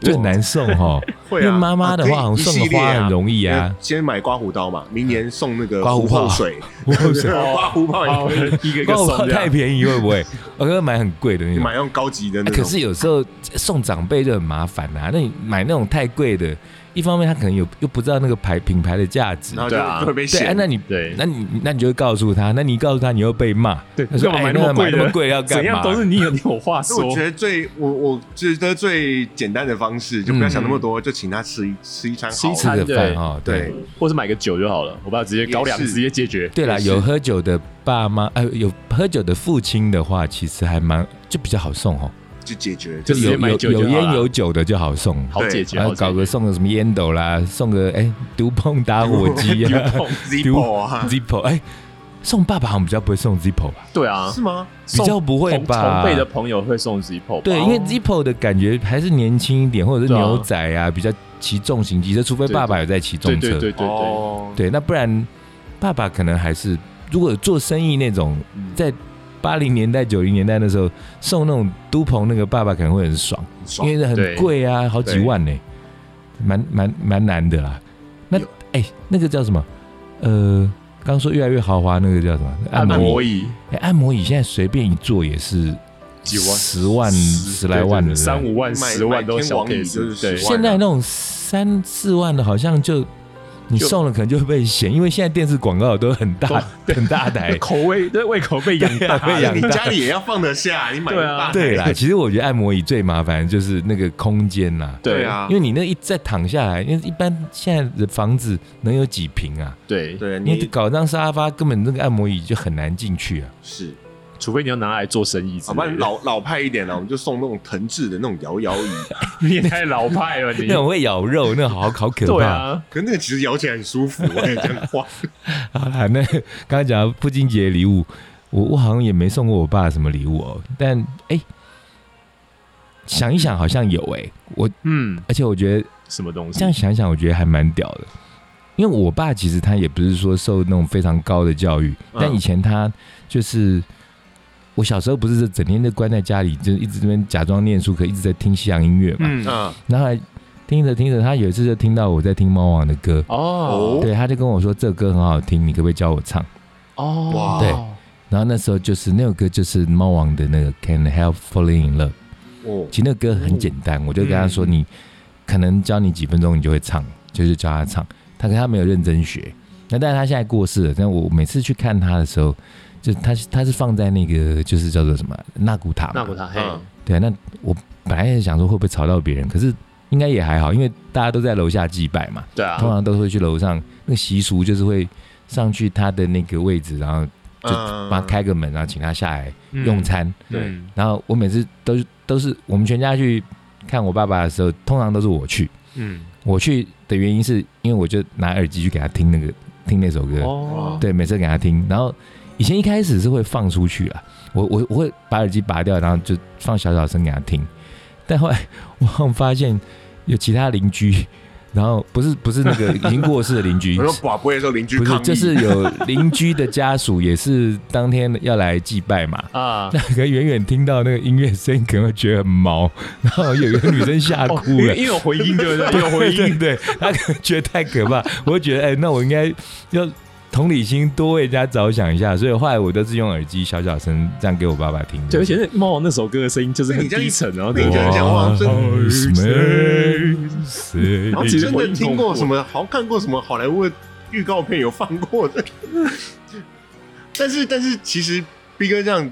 C: 就很难送 哈。
A: 会
C: 因为
A: 啊。
C: 妈妈的话，好像送个花很容易
A: 易
C: 啊。
A: 先买刮胡刀嘛，明年送那个
C: 刮胡啊
A: 胡
C: 泡
A: 泡 水，
C: 刮胡
A: 对
C: 刀
A: 刮胡泡
B: 哦
A: 也可以，
B: 一个一
C: 刮
B: 个
C: 胡
B: 送
C: 刀
B: 这
C: 太
B: 样，
C: 便宜会不会？我刚刚买很贵的那种。
A: 买那种高级的
C: 啊
A: 那种。
C: 可是有时候送长辈就很麻烦啊。那你买那种太贵的，一方面他可能有又不知道那个牌品牌的价值
A: 然，后
B: 对啊
A: 就会被
C: 对，哎
A: 嫌。
C: 那你
B: 对
C: 那你那你就会告诉他，那你告诉他你又被骂，
B: 对
C: 他说
B: 干嘛
C: 哎
B: 买那么
C: 个买
B: 贵
C: 那
B: 的
C: 么贵要干嘛？
B: 怎样都是你有你有话
A: 所以 我
B: 说
A: 觉，得最我我觉得最简单的方式，就不要想那么多，就请他吃一吃一餐好
B: 吃一
A: 了。
C: 吃
B: 餐
C: 个
B: 对
C: 饭哦，对
A: 对，
B: 或者买个酒就好了，我爸直接高粱
A: 也是
B: 直接解决，
C: 对啦，
A: 也是
C: 有喝酒的爸妈，呃，有喝酒的父亲的话，其实还蛮就比较好送哦，
A: 就解决。就
B: 就直
A: 是
B: 接
C: 有
B: 买
C: 有
B: 酒就
C: 有
B: 好
C: 烟
B: 啦
C: 有酒的就好送，
B: 好
A: 对
B: 解决，
C: 然
B: 好
C: 后
B: 解
C: 搞个
B: 决
C: 送个什么烟斗啦，送个哎毒碰打火 机
B: 有
C: 啊
B: 空
A: Zippo 啊，
C: ，Zippo，哎，送爸爸好像比较不会送 Zippo 吧，
B: 对啊，
A: 是吗？
C: 比较不会
B: 同
C: 吧
B: 同辈的朋友会送 Zippo，吧
C: 对，因为 Zippo 的感觉还是年轻一点，或者是
B: 对啊
C: 牛仔啊，比较骑重型机车，除非
B: 对
C: 爸爸有在骑重
B: 对
C: 车，
B: 对对对对，
A: 哦，
C: 对，那不然爸爸可能还是如果有做生意那种，
B: 嗯
C: 在八零年代、九零年代那时候送那种都棚那个爸爸可能会很爽，
B: 爽
C: 因为很，贵啊，好几万呢、蛮蛮蛮难的啦。那
A: 有
C: 哎、那个叫什么？呃，刚说越来越豪华那个叫什么？
B: 对
C: 按
B: 按
C: 摩
B: 摩
C: 椅。
B: 椅
C: 哎、按摩椅现在随便一做也是
B: 几万、啊
C: 十万、十来万的，
B: 对对对三
C: 对不对
B: 五万、
A: 卖
B: 十万都
A: 卖天
B: 小
A: 王椅
B: case，
A: 就是
B: 对
A: 10万
C: 现在那种三四万的，好像就你
B: 就
C: 送了可能就会被嫌，因为现在电视广告都很大很 大台。
B: 口味对胃口被养大
C: 对
B: 了，
C: 啊哎 被养
A: 你
C: 大
A: 家里也要放得下，你买
B: 对啊
A: 大
C: 对 啦，其实我觉得按摩椅最麻烦的就是那个空间啦，
A: 对，啊
C: 因，为你那一再躺下来，因为一般现在的房子能有几平啊？
B: 对，
A: 对
C: 你
A: 你
C: 搞张沙发，根本那个按摩椅就很难进去啊。
A: 是
B: 除非你要拿来做生意之
A: 好
B: 类
A: 吧，
B: 的，
A: 啊老老派一点了，我们就送那种藤制的那种摇 摇椅，
B: 你也太老派了，你
C: 那种会咬肉，那种好好可怕。
B: 对 啊，
A: 可是那个其实摇起来很舒服，我跟你讲话，
C: 好啦，啊那刚刚讲到父亲节礼物，我我好像也没送过我爸什么礼物哦。但哎、想一想好像有哎、我
B: 嗯，
C: 而且我觉得
B: 什么东西
C: 这样？想一想，我觉得还蛮屌的。因为我爸其实他也不是说受那种非常高的教育，
A: 嗯
C: 但以前他就是我小时候不是整天就关在家里，就一直这边假装念书，可一直在听西洋音乐嘛。
B: 嗯，
A: 嗯，
C: 然后后来听着听着，他有一次就听到我在听猫王的歌，
B: 哦
C: 对，他就跟我说这个歌很好听，你可不可以教我唱？
B: 哦，
A: 哇
C: 对然后那时候就是那首歌就是猫王的那个《Can Help Falling in Love》，
A: 哦，
C: 其实那个歌很简单，我就跟他说
B: 嗯
C: 你可能教你几分钟你就会唱，就是教他唱。他可他没有认真学，那但是他现在过世了，但我每次去看他的时候，就他是他是放在那个就是叫做什么纳古塔嘛，
B: 那古塔嘿
A: 嗯，
C: 对啊，那我本来也想说会不会吵到别人，可是应该也还好，因为大家都在楼下祭拜嘛，
B: 对啊，
C: 通常都会去楼上，那个习俗就是会上去他的那个位置，然后就
A: 嗯
C: 帮他开个门，然后请他下来
B: 嗯
C: 用，餐。
B: 对，
C: 然后我每次都是都是我们全家去看我爸爸的时候，通常都是我去。
B: 嗯，
C: 我去的原因是因为我就拿耳机去给他听那个听那首歌，
B: 哦，
C: 对，每次给他听。然后以前一开始是会放出去啦，我我我会把耳机拔掉，然后就放小小声给他听。但后来我好像发现有其他邻居，然后不是不是那个 已经过世的邻居
A: 我，说寡不会的时候邻居
C: 不是
A: 抗议，
C: 就是有邻居的家属也是当天要来祭拜嘛。
B: 啊，
C: 那可能远远听到那个音乐声，可能会觉得很毛，然后有一个女生吓
B: 哦
C: 哭
B: 因
C: 了
B: 为，因为有回音，对不对？有回
C: 对
B: 音，
C: 对，他可能觉得太可怕， 我就觉得哎、那我应该要同理心多为人家着想一下，所以后来我都是用耳机小小声这样给我爸爸听。
B: 对，而且那猫王那首歌的声音就是很
A: 你这样
B: 低沉，然后
A: 你这样讲话真然后
B: 其实
A: 真
B: 我
A: 的
B: 一
A: 听
B: 通
A: 过
B: 过
A: 什么，好像看过什么好莱坞的预告片有放过的， 但是但是其实逼哥这样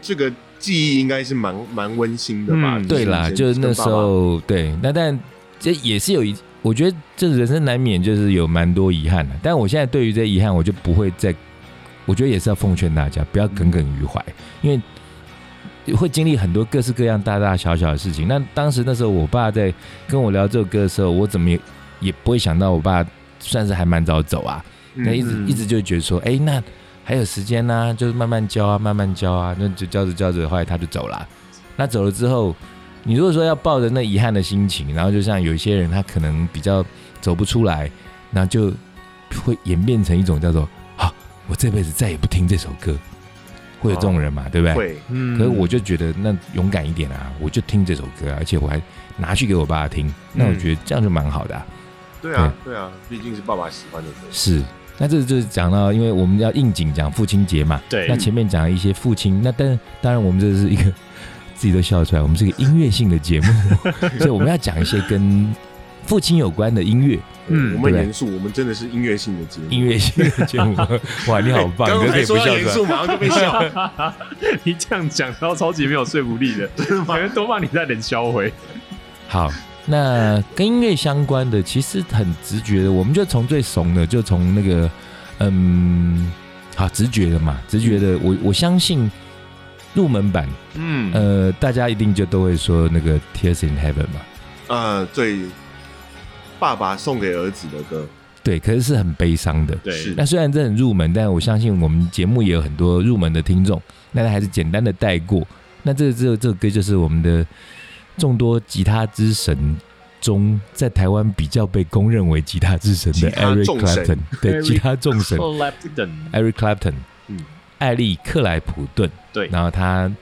A: 这个记忆应该是蛮蛮温馨的吧？
B: 嗯
C: 对啦，就是那时候对，那但这也是有一，我觉得这人生难免就是有蛮多遗憾的，但我现在对于这遗憾，我就不会再，我觉得也是要奉劝大家不要耿耿于怀，因为会经历很多各式各样大大小小的事情。那当时那时候我爸在跟我聊这首歌的时候，我怎么也也不会想到我爸算是还蛮早走啊，那一直
B: 嗯
C: 一直就觉得说，哎、那还有时间呐、就是慢慢教啊，慢慢教啊，那就教着教着，后来他就走了。那走了之后，你如果说要抱着那遗憾的心情，然后就像有一些人他可能比较走不出来，那就会演变成一种叫做“好、我这辈子再也不听这首歌”，会有这种人嘛，对不对？
A: 会
B: 嗯
C: 可是我就觉得那勇敢一点啊，我就听这首歌啊、而且我还拿去给我爸听，那我
B: 嗯
C: 觉得这样就蛮好的啊、
A: 对啊对啊，毕竟是爸爸喜欢的歌。
C: 是，那这就是讲到，因为我们要应景讲父亲节嘛，
B: 对
C: 那前面讲了一些父亲，那但当然我们这是一个自己都笑出来，我们是一个音乐性 的节目，所以我们要讲一些跟父亲有关的音乐，
B: 嗯
A: 我们
C: 对
A: 严肃，我们真的是音乐性的节目。
C: 音乐性的节目。 哇，你好棒，
A: 刚
C: 你
A: 刚
C: 可
A: 才
C: 以不
A: 说要
C: 笑
A: 严
C: 出
A: 肃，
C: 来。
A: 马上就被笑，
B: 你这样讲到超级没有说服力的，
A: 真的
B: 可
A: 吗？
B: 能都把你在冷销回。
C: 好，那跟音乐相关的，其实很直觉的，我们就从最怂的，就从那个，嗯，好直觉的嘛，直觉的，我我相信入门版
A: 嗯
C: 呃，大家一定就都会说那个《Tears in Heaven》嘛，
A: 呃，对，爸爸送给儿子的歌，
C: 对，可是是很悲伤的。
B: 对，
A: 是
C: 那虽然这很入门，但我相信我们节目也有很多入门的听众，那还是简单的带过。那这个这个这首歌就是我们的众多吉他之神中，在台湾比较被公认为吉他之神
A: 吉
C: 的
A: 他
C: Eric
A: 众神哦
C: Clapton，对，
B: Eric
C: 吉他众神
B: Clapton
C: Eric Clapton。
A: 嗯
C: 艾利克莱普顿，
B: 对
C: 然后他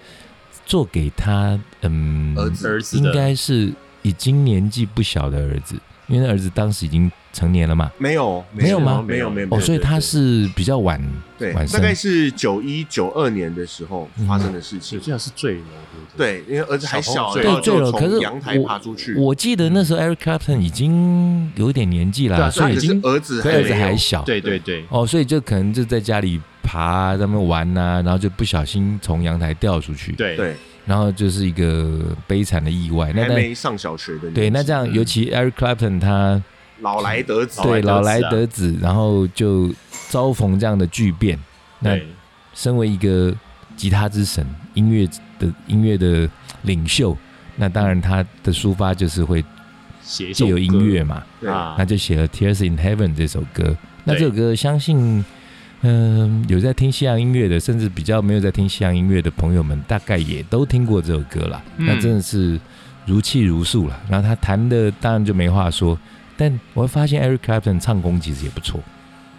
C: 做给他嗯
A: 儿子
B: 儿子
C: 应
B: 的
C: 该是已经年纪不小的儿子，因为那儿子当时已经成年了嘛，
A: 没有
C: 没有吗
A: 没有没有没
C: 哦，
A: 有
C: 所以他是比较晚
A: 对，
C: 晚嗯
A: 大
C: 生
A: 概是九一九二年的时候发生的事
B: 是
A: 情。
B: 这样是坠楼，对
A: 对，因为儿子还小，
B: 小朋
A: 然
B: 友
A: 后
C: 对坠
A: 就
C: 楼，可
A: 从
C: 是
A: 阳台
C: 我
A: 爬出去。
C: 我记得那时候 Eric Clapton 已经有点年纪
B: 对
C: 啦，
B: 啊
C: 所
A: 所
C: 以
A: 以
B: 已
A: 只
B: 经
A: 是儿子
C: 可
A: 还没
C: 是儿
A: 有
C: 子还小，
B: 对对对
C: 哦，所以就可能就在家里爬、在那边玩呐、然后就不小心从阳台掉出去，，
B: 对
A: 对，
C: 然后就是一个悲惨的意外。那
A: 还
C: 那
A: 没上小学的年纪。
C: 对，那这样，哦
B: 嗯
C: 尤其 Eric Clapton 他
A: 老来得子，啊
C: 对
B: 老
C: 老
B: 来
C: 来
B: 得
C: 得子，然后就遭逢这样的巨变。那
B: 对
C: 身为一个吉他之神、音乐的音乐的领袖，那当然他的抒发就是会
B: 写一首
C: 借由音乐嘛，
A: 对
B: 歌啊
C: 那，就写了《Tears in Heaven》这首歌。那
B: 对
C: 这首歌相信，嗯、有在听西洋音乐的，甚至比较没有在听西洋音乐的朋友们，大概也都听过这首歌啦。
B: 嗯
C: 那真的是如泣如诉啦。然后他弹的当然就没话说，但我会发现 Eric Clapton 唱功其实也不错，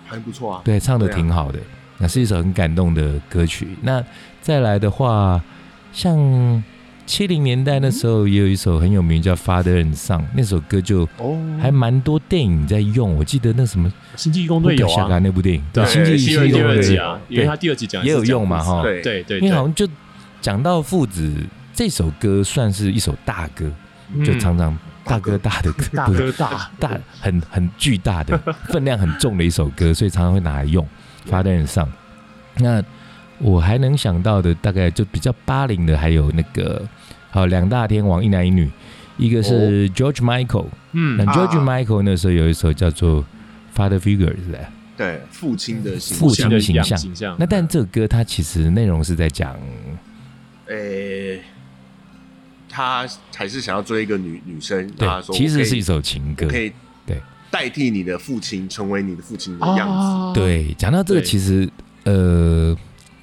A: 还不错啊。
C: 对，唱的
A: 对啊
C: 挺好的。那是一首很感动的歌曲。那再来的话，像七零年代那时候也有一首很有名叫《Father and Son》，那首歌就
B: 哦
C: 还蛮多电影在用。我记得那什么
B: 星际义工队有
C: 夏
B: 啊，
C: 那部电影，
B: 对啊，
C: 星际
A: 星际
B: 第
A: 义
C: 星
A: 工
C: 际
A: 队
B: 第
C: 义工
B: 二
C: 队
B: 季啊，因为
C: 对
B: 他第二季讲的
C: 也
B: 是
C: 有
B: 讲
C: 用嘛
B: 故事
C: 哈。
A: 对
B: 对对，
C: 因为
B: 对
C: 好啊像就讲到父子这首歌，算是一首大歌，就
B: 嗯
C: 常常大哥大的歌，
B: 大
C: 不是
B: 哥大
C: 大很很巨大的分量很重的一首歌，所以常常会拿来用，发在人上。那我还能想到的大概就比较八零的，还有那个还有两大天王，一男一女，一个是 George Michael，那
B: 嗯，
A: 啊
C: George Michael 那时候有一首叫做 Father Figure，是不是？
A: 对，父亲的形
C: 父
A: 象，
C: 亲的形
B: 形
C: 象
B: 形象
C: 那但这首歌它其实内容是在讲，
A: 诶，呃他还是想要追一个女女生，
C: 对
A: 然后他，啊说
C: 其实是一
A: 首
C: 首情歌。
A: 可以
C: 对
A: 代替你的父亲，成为你的父亲的样子。
B: 啊，
C: 对，讲到这个，
B: 对
C: 其实呃，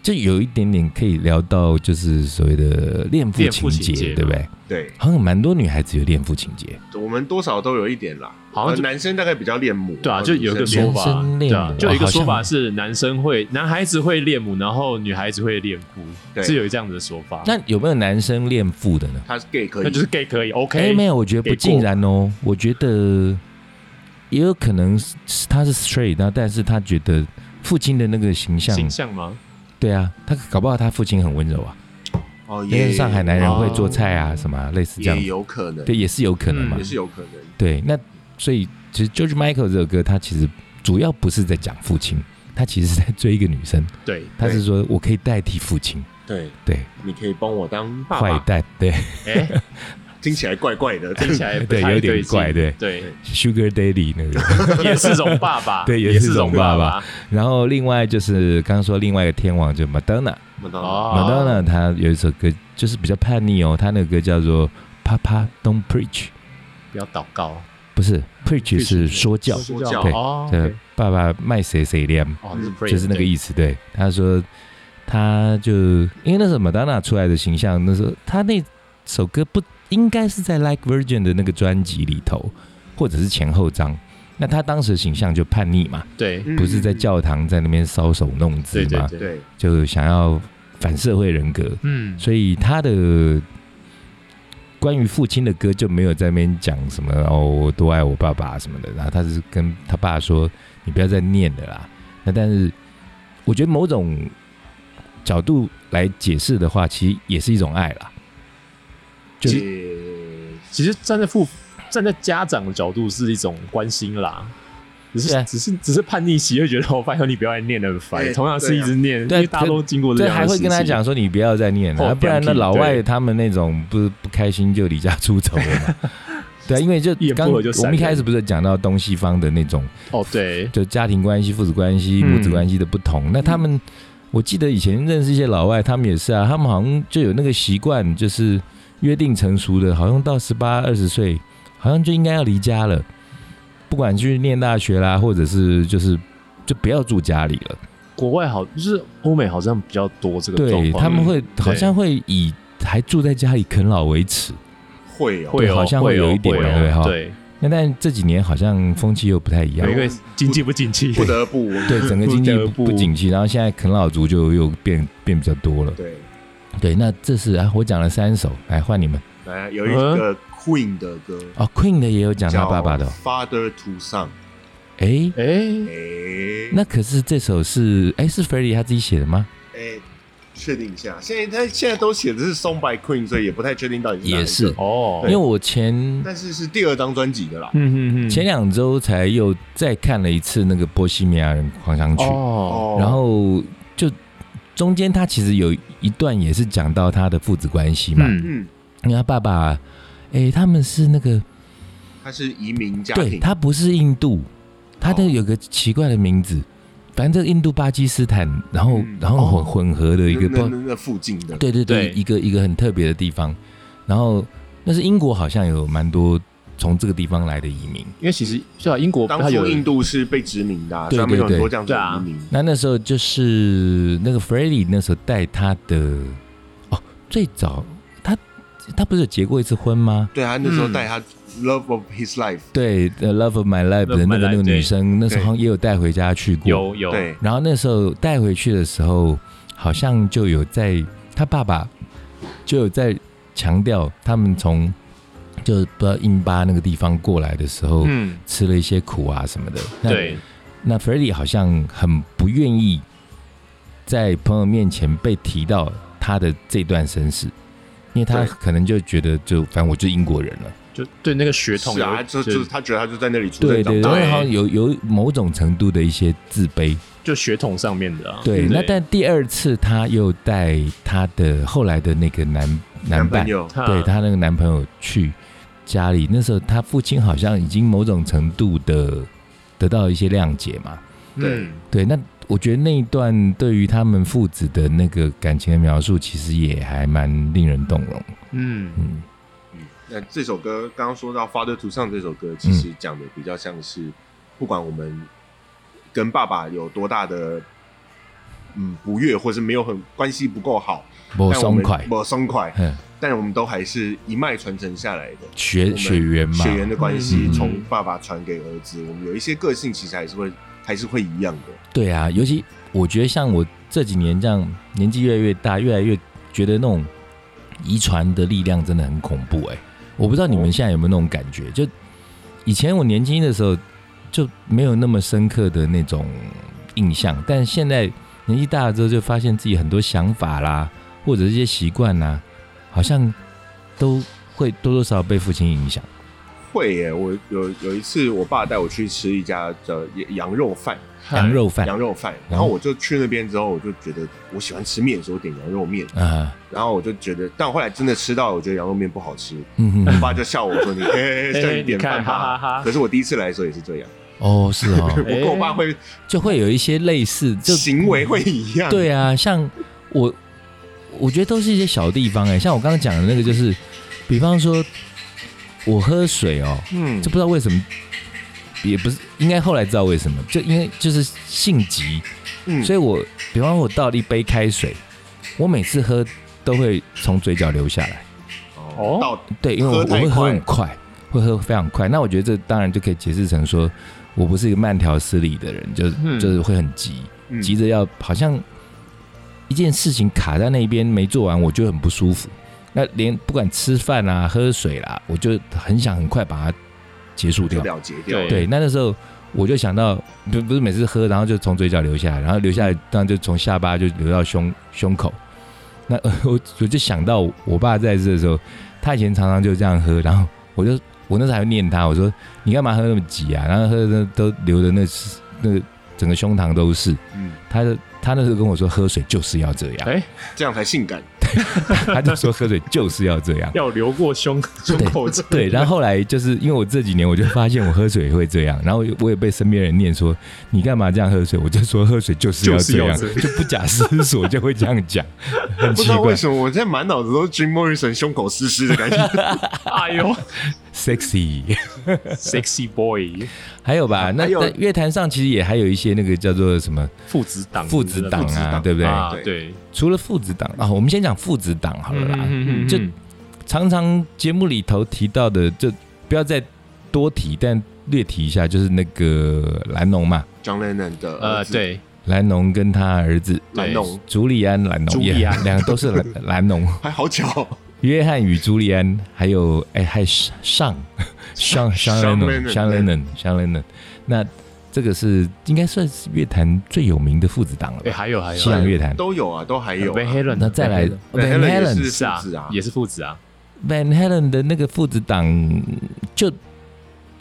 C: 就有一点点可以聊到，就是所谓的恋父
B: 恋父
C: 情
B: 情
C: 节，
B: 节
C: 对不对？
A: 对，
C: 好像蛮多女孩子有恋父情节，
A: 我们多少都有一点啦。
B: 好像
A: 呃
B: 就
A: 男生大概比较恋母，
B: 对啊，
A: 然后
B: 就
A: 女
B: 有一个
A: 生恋
B: 说法
C: 男生，恋
B: 对啊
C: 母，
B: 就有一个说
C: 好
B: 法
C: 像
B: 是男生会，男孩子会恋母，然后女孩子会恋父，
A: 对
B: 是有这样子的说法。
C: 那有没有男生恋父的呢？
A: 他是 gay 可
B: 那
A: 以，
B: 就是 gay 可以
C: 哎，
B: ，OK，
C: 没有，我觉得不尽然哦。我觉得也有可能是他是 straight，那但是他觉得父亲的那个形象，
B: 形象吗？
C: 对啊，他搞不好他父亲很温柔啊，
A: 哦，
C: 因为
A: 也
C: 上海男人会
B: 哦
C: 做菜啊，什么啊类似这样
A: 也，有可能，
C: 对，也是有可能嘛
B: 嗯
A: 也。是有可能。
C: 对，那所以其实 George Michael 这首歌，他其实主要不是在讲父亲，他其实是在追一个女生，
B: 对，
C: 他是说我可以代替父亲，
A: 对，
C: 对，
A: 你可以帮我当爸
C: 坏
A: 爸，
C: 蛋，对
B: 哎，
A: 听起来怪怪的，
B: 听起来不
C: 对
B: 太
C: 有点
B: 劲
C: 怪对
B: 对，
C: ，Sugar Daddy 那个。
B: 也是种爸爸，
C: 对也
B: 也
C: 是
B: 种
C: 种爸
B: 爸，
C: 然后另外就是刚刚说另外一个天王就 Madonna，Madonna
A: 麦当劳
B: 哦，
C: 她有一首歌就是比较叛逆哦，她那个歌叫做 Papa Don't Preach，
B: 不要祷告，
C: 不是 Preach 是说教，
A: 说教
C: 对
B: 哦
C: 呃，爸爸卖谁谁恋。
B: 哦，是 pray，
C: 就是那个
B: 对
C: 意思。对，他说他就因为那时候 Madonna 出来的形象，那时候他那首歌不应该是在 Like Virgin 的那个专辑里头，或者是前后张。那他当时的形象就叛逆嘛，
B: 对
A: 嗯
C: 不是在教堂在那边搔首弄姿
B: 对
C: 嘛，
B: 对对，
A: 对，
C: 就想要反社会人格，
B: 嗯，
C: 所以他的。关于父亲的歌就没有在那边讲什么哦，我多爱我爸爸什么的。然后他是跟他爸说：“你不要再念了啦。”那但是我觉得某种角度来解释的话，其实也是一种爱啦。就
A: 也
B: 其实站在父站在家长的角度是一种关心啦。只
C: 对啊
B: 是只是只是叛逆期，会觉得我哦拜托你不要再念了，
A: 哎
B: 烦。同样是一直念，因
C: 对啊
B: 为大家都经过这
C: 对，
B: 样的
C: 还会跟他
B: 时期
C: 讲说你不要再念了，
B: 哦
C: 啊不然
B: 不要
C: 那
B: 提
C: 老外
B: 对
C: 他们那种不不开心就离家出走了 嘛。对啊，因为就
B: 一言不
C: 刚
B: 合就
C: 我
B: 散
C: 们一
B: 人
C: 开始不是讲到东西方的那种
B: 哦，对，
C: 就家庭关系、父子关系、
B: 嗯
C: 母子关系的不同。那他们，我记得以前认识一些老外，他们也是啊，他们好像就有那个习惯，就是约定成熟的，好像到十八、二十岁，好像就应该要离家了，不管去念大学啦，或者是就是就不要住家里了。
B: 国外好就是欧美好像比较多这个状
C: 对
B: 况，
C: 他们会
B: 对
C: 好像会以还住在家里啃老为耻。
A: 会哦，
B: 会
C: 对
B: 哦
C: 好像会
B: 会
C: 有一点
B: 会
C: 对
B: 哦
C: 哈
B: 对，
C: 那那但这几年好像风气又不太一样
B: 有一，个经济不景气，
A: 不得不
C: 对整个经济
B: 不得不
C: 不不景气，然后现在啃老族就又变变比较多了。
A: 对，
C: 对，那这是啊，我讲了三首，来换你们
A: 来有一个 Queen 的歌，
C: 哦。Queen 的也有嗯讲他
A: 叫
C: 爸爸的哦，
A: Father to Son，
C: 诶，
B: 哎、
A: 哎，
C: 那可是这首是诶，是 Freddie 他自己写的吗？
A: 哎，确定一下，现在他现在都写的是 Song by Queen，所以也不太确定到底是哪一
C: 也
A: 个
C: 是，
B: 哦，
C: 因为我前
A: 但是是第二张专辑的啦。
B: 嗯嗯嗯，
C: 前两周才又再看了一次那个《波西米亚人狂想曲》，
A: 哦
B: 哦，
C: 然后就中间他其实有一段也是讲到他的父子关系嘛，
B: 嗯，
A: 嗯，
C: 因为他爸爸，哎、他们是那个，
A: 他是移民家
C: 对
A: 庭，
C: 他不是印度，他那个有个奇怪的名字，反正这个印度巴基斯坦，然后、
A: 嗯
C: 然后混、混合的一个，
A: 那
C: 不
A: 那那附近的，
C: 对对对，
B: 对
C: 一个一个很特别的地方，然后那是英国好像有蛮多从这个地方来的移民。
B: 因为其实是啊，英国
A: 当
B: 它有
A: 初印度是被殖民的啊，
C: 对
A: 上面有很多
C: 对对
A: 这样子
B: 对啊
A: 的移民。
C: 那那时候就是那个 f r e d d y 那时候带他的哦，最早他他不是有结过一次婚吗？
A: 对他那
C: 嗯
A: 时候带他 Love of His Life，
C: 对，《The Love of My Life》
B: Love
C: 的
B: of
C: 那
B: My
C: 个那
B: Life，
C: 个女
B: 对
C: 生，那时候
A: 对
C: 好像也有带回家去过。
B: 有有
A: 对，
C: 然后那时候带回去的时候，好像就有在他爸爸就有在强调，他们从就不知道印巴那个地方过来的时候，
B: 嗯，
C: 吃了一些苦啊什么的。那
B: 对，
C: 那 f r e d d y 好像很不愿意在朋友面前被提到他的这段身世，因为他
A: 对
C: 可能就觉得就反正我就是英国人了，
B: 就对那个血统
A: 是啊，就
B: 就
A: 就是他觉得他就在那里出
C: 对
A: 生
C: 对，
A: 长
C: 然
A: 大
B: 对，
C: 后好像有有某种程度的一些自卑，
B: 就血统上面的啊，
A: 嗯
C: 对。那但第二次他又带他的后来的那个男男
A: 男
C: 伴
A: 朋，友，啊
B: 他
C: 对他那个男朋友去家里，那时候他父亲好像已经某种程度的得到一些谅解嘛，
B: 嗯
A: 对
C: 对，那我觉得那一段对于他们父子的那个感情的描述，其实也还蛮令人动容。
B: 嗯，
C: 嗯，
A: 那这首歌刚刚说到《Father to Son》这首歌，其实讲的比较像
C: 嗯
A: 是，不管我们跟爸爸有多大的嗯不悦，或是没有很关系不够好，但
C: 我
A: 我
C: 松
A: 们
C: 快，
A: 我松快，
C: 嗯，
A: 但我们都还是一脉传承下来的。我
C: 血
A: 们
C: 血缘嘛，
A: 血缘的关系
C: 嗯
A: 从爸爸传给儿子，我们有一些个性其实还是会还是会一样的。
C: 对啊，尤其我觉得像我这几年这样年纪越来越大，越来越觉得那种遗传的力量真的很恐怖哎、我不知道你们现在有没有那种感觉？就以前我年轻的时候就没有那么深刻的那种印象，但现在年纪大了之后，就发现自己很多想法啦，或者一些习惯啦，好像都会多多少少被父亲影响。
A: 会耶，我有有一次，我爸带我去吃一家叫羊肉饭，
C: 羊肉饭
A: 羊肉饭，
C: 嗯
A: 然后我就去那边之后，我就觉得我喜欢吃面，所以我点羊肉面，
C: 啊，
A: 然后我就觉得，但我后来真的吃到，我觉得羊肉面不好吃，
C: 嗯
A: 我
C: 嗯，
A: 爸就笑我 说你嘿嘿
B: 嘿
A: 嘿，叫你点
B: 看
A: 饭
B: 哈
A: 吧。
B: 哈哈，
A: 可是我第一次来的时候也是这样，
C: 哦，是哦，
A: 我跟我爸会
C: 就会有一些类似，就
A: 行为会一样，
C: 对啊，像我，我觉得都是一些小地方哎、像我刚刚讲的那个，就是，比方说，我喝水哦、
B: 嗯
C: 就不知道为什么，也不是应该后来知道为什么，就因为就是性急，
A: 嗯，
C: 所
A: 以
C: 以我比方说我倒了一杯开水，我每次喝都会从嘴角流下来，
B: 哦
A: 到
C: 对，因为我
A: 喝太
C: 我会喝
A: 快
C: 很快，会喝非常快。那我觉得这当然就可以解释成说。我不是一个慢条斯理的人，就是、
B: 嗯
C: 就是会很急，
A: 嗯
C: 急着要，好像一件事情卡在那边没做完，我就很不舒服。那连不管吃饭啊、喝水啦、我就很想很快把它结束
A: 就
C: 掉。
A: 了结掉了，
B: 对
C: 对，那那时候我就想到，不不是每次喝，然后就从嘴角流下来，然后流下来，当然就从下巴就流到胸胸口。那 我我就想到我爸在这的时候，他以前常常就这样喝，然后我就我那时候还会念他，我说你干嘛喝那么急啊？然后喝的都流的那那个整个胸膛都是。
A: 嗯，
C: 他的他那时候跟我说喝水就是要这 样，
B: 哎，
A: 这样才性感，
C: 他就说喝水就是要这样。
B: 要流过胸胸口这，
C: 对，然后后来就是因为我这几年我就发现我喝水也会这样，然后我也被身边人念说你干嘛这样喝水，我就说喝水就是要这样，
B: 就是要
C: 就不假思索就会这样讲，很
A: 不
C: 奇
A: 知道
C: 怪
A: 为什么我现在满脑子都是 Jim Morrison 胸口湿湿的感觉。
B: 哎呦
C: ，sexy。
B: ，sexy boy，
C: 还有吧，那
A: 还有
C: 那乐坛上其实也还有一些那个叫做什么
B: 父子档，
C: 父子档
A: 父子
C: 啊，
A: 档
C: 对不对？
B: 啊，
A: 对
B: 对，
C: 除了父子档啊，我们先讲父子档好了啦。
B: 嗯
C: 嗯
B: 嗯嗯嗯嗯
C: 就常常节目里头提到的，就不要再多提，但略提一下，就是那个蓝农嘛，
A: John Lennon 的
B: 呃，
A: 儿子
B: 对，
C: 蓝农跟他儿子
A: 蓝农，
C: 朱利安蓝
B: 朱
C: 农，
B: 利安
C: 也 两个都是蓝蓝 农，
A: 还好啊巧，
C: 约翰与朱利安，还有哎，还有上上上
A: Sean
C: 上
A: Lennon，
C: 上 Lennon 上 Lennon，那这个是应该算是乐坛最有名的父子档了
B: 哎，
C: 吧？
B: 还有还有
C: 西洋乐坛
A: 都有啊，都还有啊。
B: Van Halen，
C: 那再来
B: Van Halen
C: Van
A: Halen 也
C: Halen
A: 是
B: 是啊
A: 父子啊，
B: 也是父子啊，
C: Van Halen 的那个父子档，就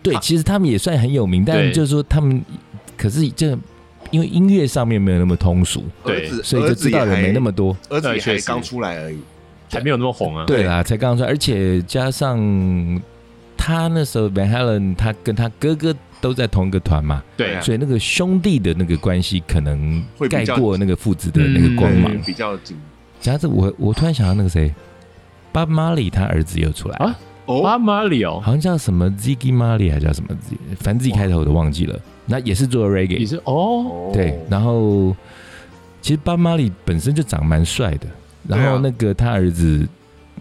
C: 对，
A: 啊
C: 其实他们也算很有名，但
B: 对
C: 就是说他们，可是这因为音乐上面没有那么通俗，
A: 儿子，
C: 所以
A: 儿
C: 就
A: 子
C: 知
A: 也
C: 道的
A: 还
C: 没那么多。
A: 儿子也
B: 对确
A: 还
B: 实
A: 刚出来而已。
B: 还没有那么红啊。
C: 对啦，才刚刚说，而且加上他那时候 Van Halen，他跟他哥哥都在同一个团嘛，
A: 对啊
B: 对，
C: 所以那个兄弟的那个关系可能
A: 会比
C: 盖
A: 较
C: 过那个父子的那个光
A: 对
C: 芒。
B: 嗯
A: 比较紧
C: 加上这我我突然想到那个谁，巴马里他儿子又出来了。
B: 啊
A: 哦
B: 巴。马里奥
C: 好像叫什么 Ziggy Marley 还叫什么 Z，反正 Z 开头我都忘记了。那也是做
B: 也
C: reggae，
B: 是哦，
A: 哦
C: 对。然后其实巴马里本身就长蛮帅的，然
A: 对啊
C: 后那个他儿子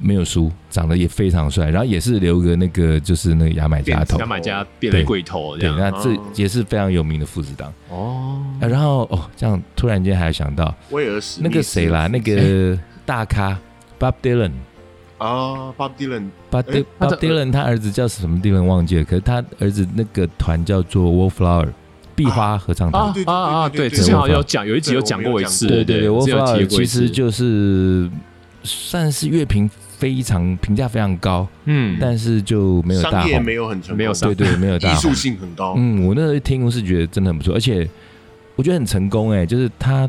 C: 没有输，长得也非常帅，然后也是留个那个就是那个牙买加头
A: 辫
B: 牙
A: 子，
B: 买加变了
C: 对
B: 贵头这
C: 对，
B: 样嗯
C: 那这
A: 哦
C: 也是非常有名的父子档。
B: 哦，
C: 啊然后哦，这样突然间还想到
A: 威尔史密
C: 那
A: 斯
C: 个谁啦，那个大咖 Bob Dylan。
A: 啊，Bob Dylan，
C: 巴迪
A: 诶
B: 哎他
C: 巴
B: 的
C: 迪伦他儿子叫什么迪伦忘记了，可是他儿子那个团叫做 Wallflower 壁花合唱团。
B: 啊
A: 对对对
B: 啊啊！
A: 对对
B: 对，
A: 对
B: 之前好像
C: 我
B: 有讲，有一集
A: 对
B: 有
A: 我
B: 讲
A: 们有
B: 过一
A: 讲
B: 次，
A: 过
C: 对对对
B: 之前有提
C: ，Wallflower
B: 过
C: 其
B: 一
C: 实
B: 次
C: 就是算是乐评非常评价非常高，
B: 嗯，
C: 但是就没有大
A: 商业
C: 红
A: 没，有很成功，
B: 没有商
C: 对对，没有大
A: 艺
C: 红
A: 术。性哦很高，
C: 嗯，我那时候一听我是觉得真的很不错，而且我觉得很成功哎、就是他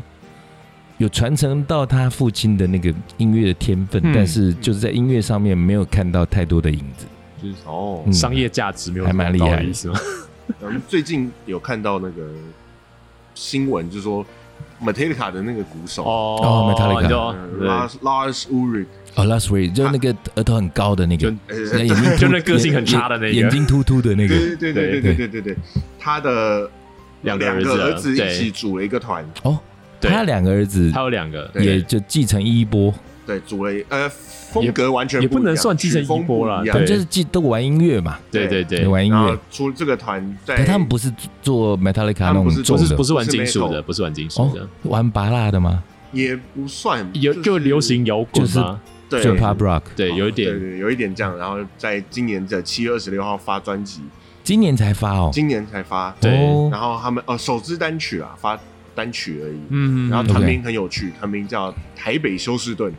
C: 有传承到他父亲的那个音乐的天分，
B: 嗯
C: 但是就是在音乐上面没有看到太多的影子。
B: 就是
A: 哦
C: 嗯
B: 商业价值没有
C: 还蛮
B: 那么高
C: 厉
B: 的
C: 害的
B: 意思吗？
A: 我们最近有看到那个新闻，就说 Metallica 的那个鼓手，
B: 哦
C: ，Metallica
B: 你知道
A: 嗯
B: 对，
A: ，Lars Lars Ulrich，
C: 哦，Last Ray 就那个额头很高的那个
B: 就，
A: 呃
C: 眼睛突
B: 就那个性很差的那个
C: 眼眼睛突突的那个。
A: 对对对对对对对对，他的
B: 两个
A: 两个
B: 儿
A: 儿
B: 子
A: 子
B: 啊
A: 一
B: 对
A: 起组了一个团，
C: 哦，
B: 对
C: 他两个儿子
B: 他有两个，
A: 对
C: 也就继承衣钵，
A: 对，组了一呃风格完全
B: 也
A: 不
B: 不
A: 一样
B: 能算继承
A: 曲风
B: 衣钵啦
A: 不一样
C: 他们
B: 对
C: 就是继都玩音乐嘛，
B: 对对对，
C: 玩音
A: 然后
C: 乐。
A: 出这个团在
C: 可他们不是做 Metallica
A: 他
C: 那
A: 们
C: 种
A: 不是
B: 不是
C: 重的
B: 不是玩
A: 不是
B: 金属
A: metal
B: 的，不是玩金属的
C: 哦，，玩拔蜡的吗？
A: 也不算，
B: 有就是流行摇滚
C: 就是
B: 嘛，
A: 对
C: 就 Pop Rock。
B: 对，有一
A: 哦对
B: 点
A: 对对有一点这样，然后在今年的七月二十六号发专辑，
C: 今年才发哦。
A: 今年才发，
B: 对
C: 哦
A: 然后他们呃首支单曲啊，发单曲而已。
B: 嗯，
A: 然后
C: 他
A: 团
C: 们
A: 名很有趣，团名叫台北休斯顿，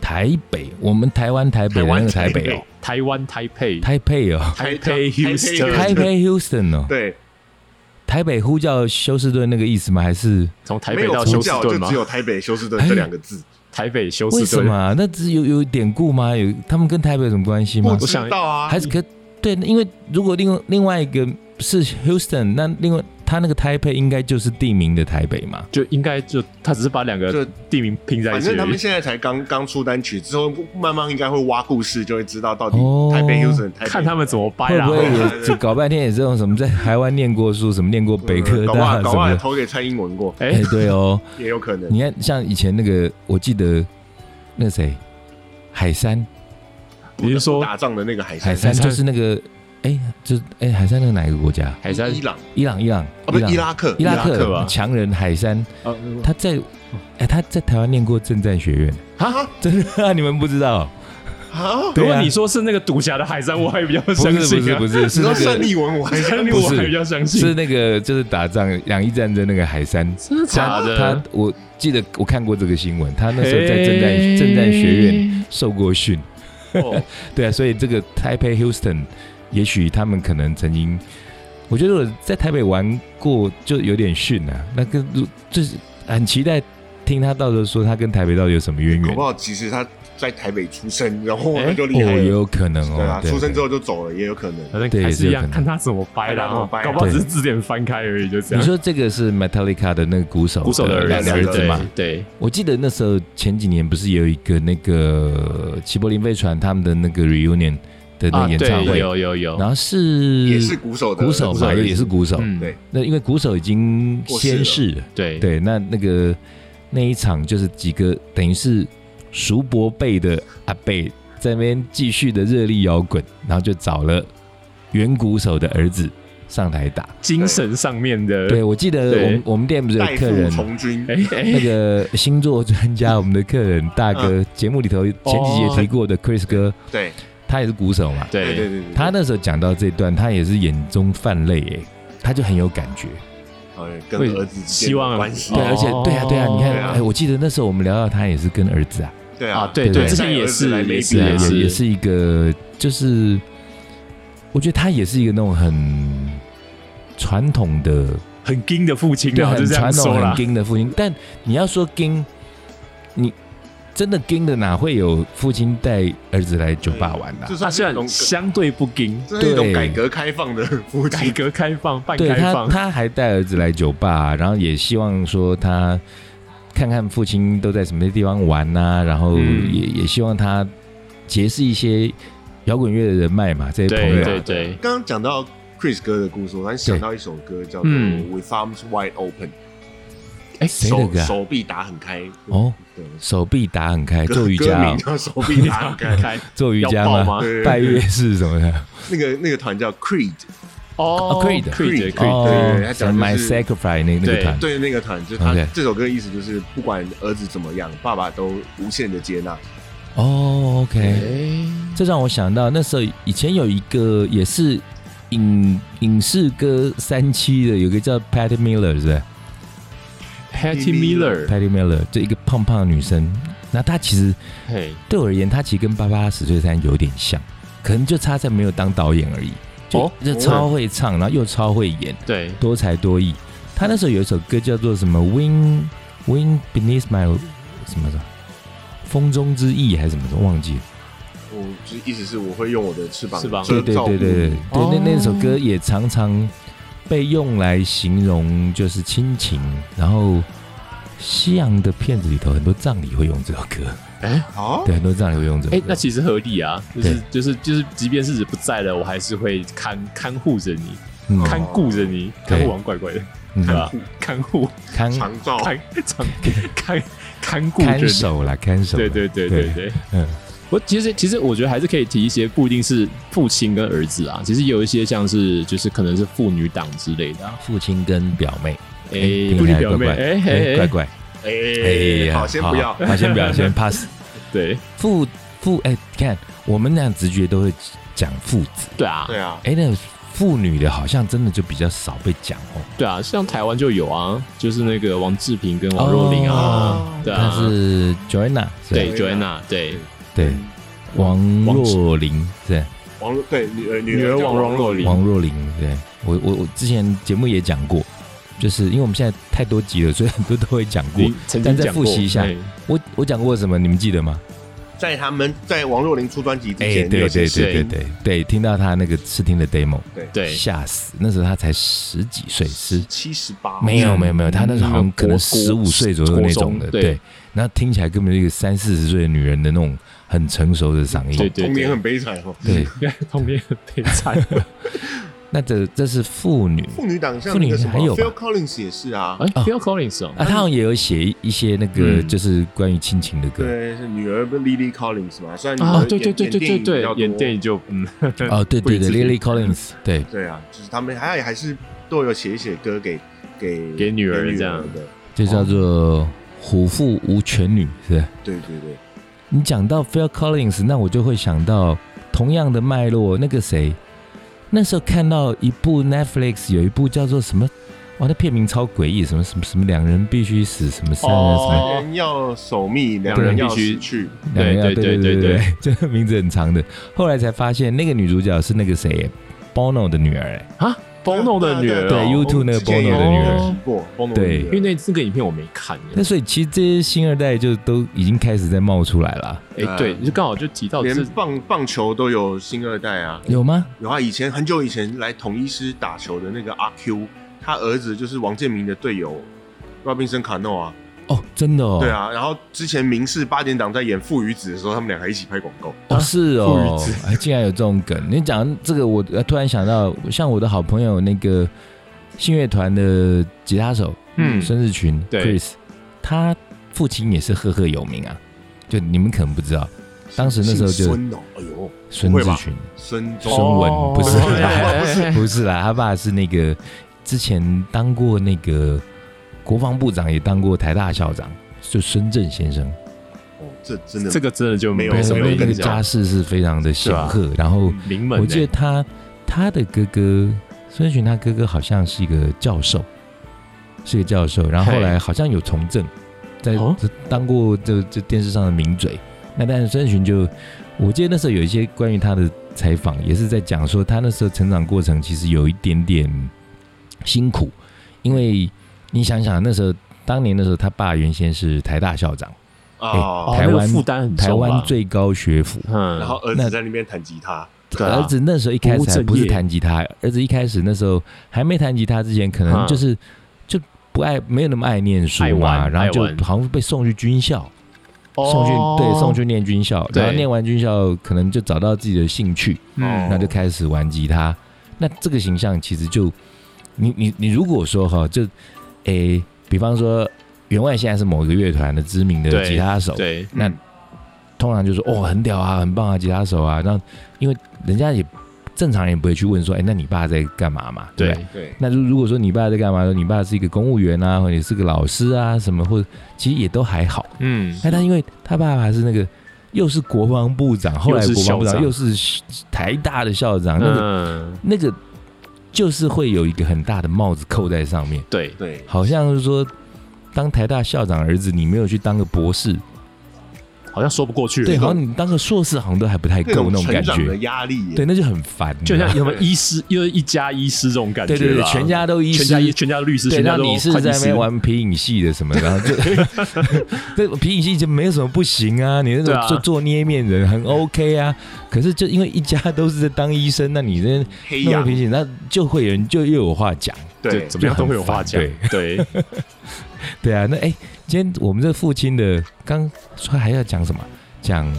C: 台北，我们台湾台北的
A: 台湾
C: 那个台
A: 台
C: 北
A: 北
C: 哦，
B: 台湾台北
C: 台北哦，
B: 台北 Houston
A: 台
C: 台北 Houston 哦，
A: 对，
C: 台北呼叫休斯顿那个意思吗？还是
B: 从台
A: 没
B: 北
A: 有
B: 到
A: 呼
B: 休斯
A: 叫就
B: 顿嘛
A: 只，有台北休斯顿这两个字，
B: 台北休
C: 为
B: 斯
C: 什
B: 顿
C: 么啊、那只有有典故吗？有他们跟台北有什么关系吗
A: 不？知道啊，
C: 还是可对，因为如果另外另外一个是 Houston，那另外他那个台北应该就是地名的台北嘛。
B: 就应该就他只是把两
A: 就
B: 个地名拼在一
A: 反
B: 起而已，
A: 正他们现在才刚刚出单曲，之后慢慢应该会挖故事，就会知道到底
C: 哦
A: 台北 Houston 台北
B: 看他们怎么掰
C: 会
B: 啦
C: 不。会
A: 对
C: 也就搞半天也是用什么在台湾念过书，什么念过北
A: 嗯
C: 科
A: 搞不
C: 大
A: 好
C: 什
A: 搞不
C: 么
A: 好
C: 的？
A: 投给蔡英文过，
C: 哎
B: 哎，，
C: 对哦，
A: 也有可能。
C: 你看像以前那个，我记得那谁海山，
A: 不
B: 你是说
A: 打仗的那个海
C: 海
A: 山
C: 山
B: 山
C: 就是那个哎，就是哎海山那个哪一个国家？
B: 海山
A: 伊朗
C: 伊朗，伊朗，
A: 啊，不是伊拉克，
C: 伊拉
B: 伊拉克吧
C: 克强人海山，
B: 呃
C: 他在哎他在台湾念过政战学院，
A: 啊
C: 真的啊 你们不知道？
A: 啊！
B: 如
C: 对
B: 果
C: 啊
B: 你说是那个赌侠的海山，我还比较
C: 不
B: 相
C: 是
B: 信
C: 不是
B: 啊
C: 不。是
A: 你
C: 是
A: 说
C: 那
A: 胜
C: 个
A: 利文，我还
B: 海山
A: 相信
B: 你
C: 不
B: 我
C: 是
B: 还比较相信，
C: 是那个就是打仗两伊战争那个海山，
B: 真的假的？
C: 他我记得我看过这个新闻，他那时候在政战
B: 嘿
C: 政战学院受过训，
B: 哦
C: 对啊，所以这个台北 Houston，也许他们可能曾经，我觉得我在台北玩过就有点逊啊，那个如就是很期待听他到时候说他跟台北到底有什么渊
A: 搞
C: 源
A: 不，好其实他在台北出生，然后
B: 哎
A: 就厉
C: 哦，
A: 害
C: 也
A: 了，
C: 有可能哦，
A: 对啊，
C: 对
A: 出生之
C: 后。
A: 后就走了，也有可能。
B: 反正
C: 对
B: 还是一样
C: 也，是有可能
B: 看他怎么掰
A: 看他怎么
B: 啦，哦
A: 掰啊
B: 搞不好
C: 对
B: 只是字典翻开而已，就这
C: 你
B: 样。
C: 说这个是 Metallica 的那个鼓手
B: 鼓手的
A: 两
B: 儿
A: 子
B: 子，
A: 两
C: 儿子
B: 对
C: 嘛？
B: 对，
C: 我记得那时候前几年不是有一个那个齐柏林飞船他们的那个 reunion 的那
B: 啊，
C: 个演唱
B: 对，
C: 会，
B: 有有有，
C: 然后是
A: 也是鼓手的
C: 鼓手
A: 鼓手
C: 嘛，
A: 的
C: 也也是鼓手。
B: 嗯
A: 对
C: 那因为鼓手已经先逝了，
B: 对
C: 对，那那个那一场就是几个等于是叔伯辈的阿贝在那边继续的热力摇滚，然后就找了远古手的儿子上台打。
B: 精神上面的，
C: 对，我记得
B: 对
C: 我们我们店不是有
A: 代
C: 客
A: 父
C: 人，
A: 从军，
B: 哎
C: 那
B: 哎，
C: 个星座专家，我们的客人大哥，节目里头前几集也提过的 Chris 哥，
B: 哎
A: 对
C: 他也是鼓手嘛。
A: 对对
B: 对，
A: 对对，
C: 他那时候讲到这段，他也是眼中泛泪，哎，他就很有感觉。
A: 好像跟
B: 会
A: 儿子之间的
B: 希望
A: 关系
B: 哦
C: 对，，而且对啊，对啊，你看
A: 对，啊
C: 哎，我记得那时候我们聊到他也是跟儿子啊，
A: 对
B: 啊
A: 啊，
B: 对
C: 对
B: 对，之前
A: 带
B: 也
A: 儿子
B: 是
A: 来
B: 也
A: maybe
B: 是
C: 对啊
B: 也是
C: 也是一个，就是我觉得他也是一个那种很传统的，
B: 很硬的 父亲
C: 对，
B: 啊，
C: 很
B: 就这样
C: 传统
B: 说
C: 很
B: 啦，
C: 硬的父亲。但你要说硬，你真的硬的哪会有父亲带儿子来酒吧玩啊的、
A: 这算
B: 他虽
A: 是一
B: 然
A: 种
B: 相对不硬，
A: 这是一种
C: 对
A: 改革开放的夫
B: 改
A: 妻，
B: 革开放、半
C: 对
B: 开
C: 他，啊
B: 放，
C: 他还带儿子来酒吧，然后也希望说他看看父亲都在什么地方玩呐、然后也、
B: 嗯
C: 也希望他结识一些摇滚乐的人脉嘛，这些朋
B: 对
C: 友。
B: 对对，
A: 啊刚刚讲到 Chris 哥的故事，我突然想到一首歌叫做《
B: 嗯
A: With Arms Wide Open
B: 哎，》，
C: 谁的
A: 手
C: 歌啊
A: 手臂打很开
C: 哦，
A: 对，
C: 手臂打很开，
A: 歌
C: 做瑜
A: 歌
C: 伽、
A: 名
C: 哦，
A: 叫手臂打 很开，
B: 开
C: 做瑜
B: 要
C: 伽
B: 爆
C: 吗？
B: 吗？
A: 对
C: 拜月式什么的。
A: 那个那个团叫 Creed，
B: 哦
C: Creed
B: Creed
A: 对
B: Creed，
C: 哦
A: 对对他讲的
C: ，My
A: 就是
C: Sacrifice 那那个
B: 对
C: 团，
A: 对那个团，就是他
C: OK
A: 这首歌的意思就是不管儿子怎么样，爸爸都无限的接纳。
C: 哦，OK、o
B: 哎
C: k 这让我想到那时候以前有一个也是影影视歌三期的，有个叫 Patty Miller 是不是
B: Patty Miller，
C: ？Patty Miller 这一个胖胖的女生，那她其实
B: 嘿，
C: 对我而言，她其实跟芭芭拉史翠珊有点像，可能就差在没有当导演而已。就、
B: 哦
C: 就超会唱，然后又超会演，
B: 对，
C: 多才多艺。她那时候有一首歌叫做什么《Wing Wing Beneath My》什么的，风中之翼还是什么的，忘记了。
A: 我哦就是意思是我会用我的翅膀
B: 翅膀
A: 遮
C: 对对
A: 罩
C: 对对对
A: 你，
C: 对，那那首
B: 哦
C: 歌也常常被用来形容就是亲情，然后西洋的片子里头很多葬礼会用这首歌，
A: 啊，
C: 对，很多葬礼会用这首
B: 哎，
C: 歌
B: 那。其实合理啊，就是就是就是，即便是不在了，我还是会看看护着你，
C: 嗯
B: 看顾着你，
C: 对
B: 看护王怪怪的，
C: 嗯
B: 对吧？看护
C: 看
A: 长照
B: 看看看看顾着
C: 看
B: 你，
C: 守啦，看守啦，
B: 对对对对对。
C: 嗯，
B: 我其实其实我觉得还是可以提一些不一定是父亲跟儿子啊，其实有一些像是就是可能是父女档之类的、啊，
C: 父亲跟表妹，
B: 哎、
C: 听
B: 父女
C: 起来
B: 表妹，
C: 怪
B: 哎
C: 怪
B: 哎
C: 哎
B: 哎
C: 怪，怪，
A: 哎，
C: 呀
A: 好，先不要，
C: 好先不要，先 pass。
B: 对
C: 父父，哎，你看我们那样直觉都会讲父子，
B: 对啊
A: 对啊，
C: 哎，那父女的好像真的就比较少被讲哦。
B: 对啊，像台湾就有啊，就是那个王志平跟王若琳啊，
A: 哦
B: 对
C: 她
B: 啊，
C: 是 Joanna，是吧
B: 对 Joanna，对
C: 对，王若琳对，
A: 王对女儿
B: 女
A: 女
B: 儿
A: 儿
B: 王
A: 王
B: 王若琳
C: 王若琳对我我我之前节目也讲过，就是因为我们现在太多集了，所以很多都会讲过
B: 你。曾
C: 但
B: 经
C: 再
B: 讲过，
C: 复习一下
B: 哎
C: 我我讲过什么？你们记得吗？
A: 在他们在王若琳出专辑之
C: 哎，
A: 前，
C: 对
A: 有
C: 对
A: 些
C: 对对
B: 对
C: 对对，听到他那个试听的 demo，
B: 对
C: 吓死！那时候他才十几岁，十
A: 七十八，
C: 没有没有没有，
B: 嗯
C: 他那时候好像可能
B: 国
C: 十五岁左右
B: 国
C: 那种
B: 中
C: 的，
B: 对
C: 对。然后听起来根本就一个三四十岁的女人的那种很成熟的嗓音，
B: 对对
A: 童年
B: 对
A: 很悲惨哦。
C: 对。
B: 对，童年很悲惨，
C: 那这这是妇女，
A: 妇女党像那个什么
C: 妇女还有吧
A: Phil Collins 也是啊，
B: 哎，Phil Collins 哦，
C: 啊，他好像也有写一些那个
B: 嗯
C: 就是关于亲情的歌。
A: 对，是女儿不是 Lily Collins 嘛？虽然女儿
B: 啊，
A: 呃演
B: 对对对对对对，演电
A: 影比较多
B: 影就嗯，
C: 哦，对对对
B: 不一
C: ，Lily
B: 致
C: Collins，对，
B: 嗯
A: 对啊，就是他们还还是都有写一写歌给给
B: 给女儿这样
A: 的，
C: 就叫做虎父无犬女，是吧。
A: 对对对，
C: 你讲到 Phil Collins，那我就会想到同样的脉络，那个谁，那时候看到一部 Netflix 有一部叫做什么，哇，那片名超诡异，什么什么什么两人必须死，什么三啊人什么
B: 哦
A: 两人要守密，两人要失去，
C: 两人要，
B: 对
C: 对
B: 对
C: 对
B: 对对
C: 对， 这个名字很长的。后来才发现那个女主角是那个谁，Bono 的女儿，哎
B: 啊，Bono 的女儿哦，
C: 对对 YouTube 那个 Bono
B: 的女儿
A: 提过 Bono 的
C: 对
A: 女
B: 因
A: 儿
B: 为那那个影片我没看耶，
C: 那所以其实这些新二代就都已经开始在冒出来了，
B: 哎、对，就刚好就提到这
A: 连棒棒球都有新二代啊，
C: 有吗？
A: 有啊，以前很久以前来统一师打球的那个阿 Q，他儿子就是王建民的队友 Robinson Cano 啊，
C: 哦，真的哦，
A: 对，啊，然后之前明视八点档在演《父与子》的时候，他们俩还一起拍广告。
C: 哦是 哦
B: 父与，
C: 哎竟然有这种梗。你讲这个，我呃突然想到，像我的好朋友那个信乐团的吉他手，
B: 嗯
C: 孙志群
B: 对
C: Chris，他父亲也是赫赫有名啊，就你们可能不知道，当时那时候
A: 姓
C: 就
A: 孙哦，哎呦，
C: 孙
A: 不会
C: 志
A: 吧
C: 群、
A: 孙
C: 孙
A: 中
C: 文
B: 哦
C: 不是
A: 哎哎哎
C: 啦， 不是啦，他爸是那个之前当过那个国防部长，也当过台大校长，就孙正先生。
A: 哦，这真的
B: 这个真的就
A: 没有
B: 没什
A: 没
B: 么
A: 有
C: 那
B: 印
C: 个家
B: 象。
C: 世是非常的显赫，然后
A: 嗯
B: 名门欸，
C: 我记得他他的哥哥孙权，他哥哥好像是一个教授，是个教授，然后后来好像有从政，在
B: 哦
C: 这当过这这电视上的名嘴。那但是孙权就，我记得那时候有一些关于他的采访，也是在讲说他那时候成长过程其实有一点点辛苦，因为你想想那时候当年的时候，他爸原先是台大校长，
B: 哦
A: 啊，
C: 台
B: 那个
C: 湾
B: 负担很重
C: 台湾
B: 吧，
C: 最高学府，
B: 嗯，
A: 然后儿
C: 那
A: 子在那边弹吉他，
B: 对啊
C: 儿子那时候一开始还不是弹吉他，儿子一开始那时候还没弹吉他之前，可能
B: 嗯
C: 就是就不爱，没有那么爱念书
B: 爱
C: 嘛，
B: 玩
C: 然
B: 爱
C: 后就
B: 玩
C: 好像被送去军校，送去
B: 哦
C: 对送去念军校，
B: 对
C: 然后念完军校，可能就找到自己的兴趣，
A: 嗯
C: 那就开始玩吉他。那这个形象其实就你你你如果说哈，就诶，比方说员外现在是某一个乐团的知名的
B: 对
C: 吉他手，
B: 对
C: 那
A: 嗯
C: 通常就说
B: 嗯
C: 哦很屌啊，很棒啊，吉他手啊。那因为人家也正常人也不会去问说，哎、那你爸在干嘛嘛？对不对。
B: 对，
A: 对，
C: 那如如果说你爸在干嘛，你爸是一个公务员啊，或者是个老师啊，什么或者其实也都还好。
B: 嗯，
C: 那他因为他爸爸是那个又是国防部长，后来
B: 又是
C: 国防部
B: 校
C: 长
B: 长
C: 又是台大的校长，那个
B: 嗯，
C: 那个就是会有一个很大的帽子扣在上面，
B: 对，
A: 对，
C: 好像是说当台大校长儿子，你没有去当个博士，
B: 好像说不过去，
C: 对，好像你当个硕士好像都还不太
A: 那种
C: 够那种
A: 成
C: 感
A: 长的
C: 觉，
A: 压力耶，
C: 对，那就很烦，
B: 就像
C: 你知道吗
B: 什么医师，因为一家医师这种感觉
C: 嗯对
B: 啦，
C: 对对，全家都医
B: 全
C: 师，
B: 家医全家律师，
C: 对，
B: 全
C: 那
B: 家都
C: 你是
B: 会计
C: 在那
B: 师
C: 边玩皮影戏的什么，然后就对皮影戏就没有什么不行啊，你那
B: 对
C: 种
B: 啊
C: 做做捏面人很 OK 啊，可是就因为一家都是在当医生，那你这
A: 黑
C: 弄个
A: 羊
C: 皮，影，那就会有人就又有话讲，
B: 对，
A: 对，
B: 怎么样都会有话讲
C: 就很，
B: 对，
C: 对啊，那哎，今天我们这父亲的刚说还要讲什么？讲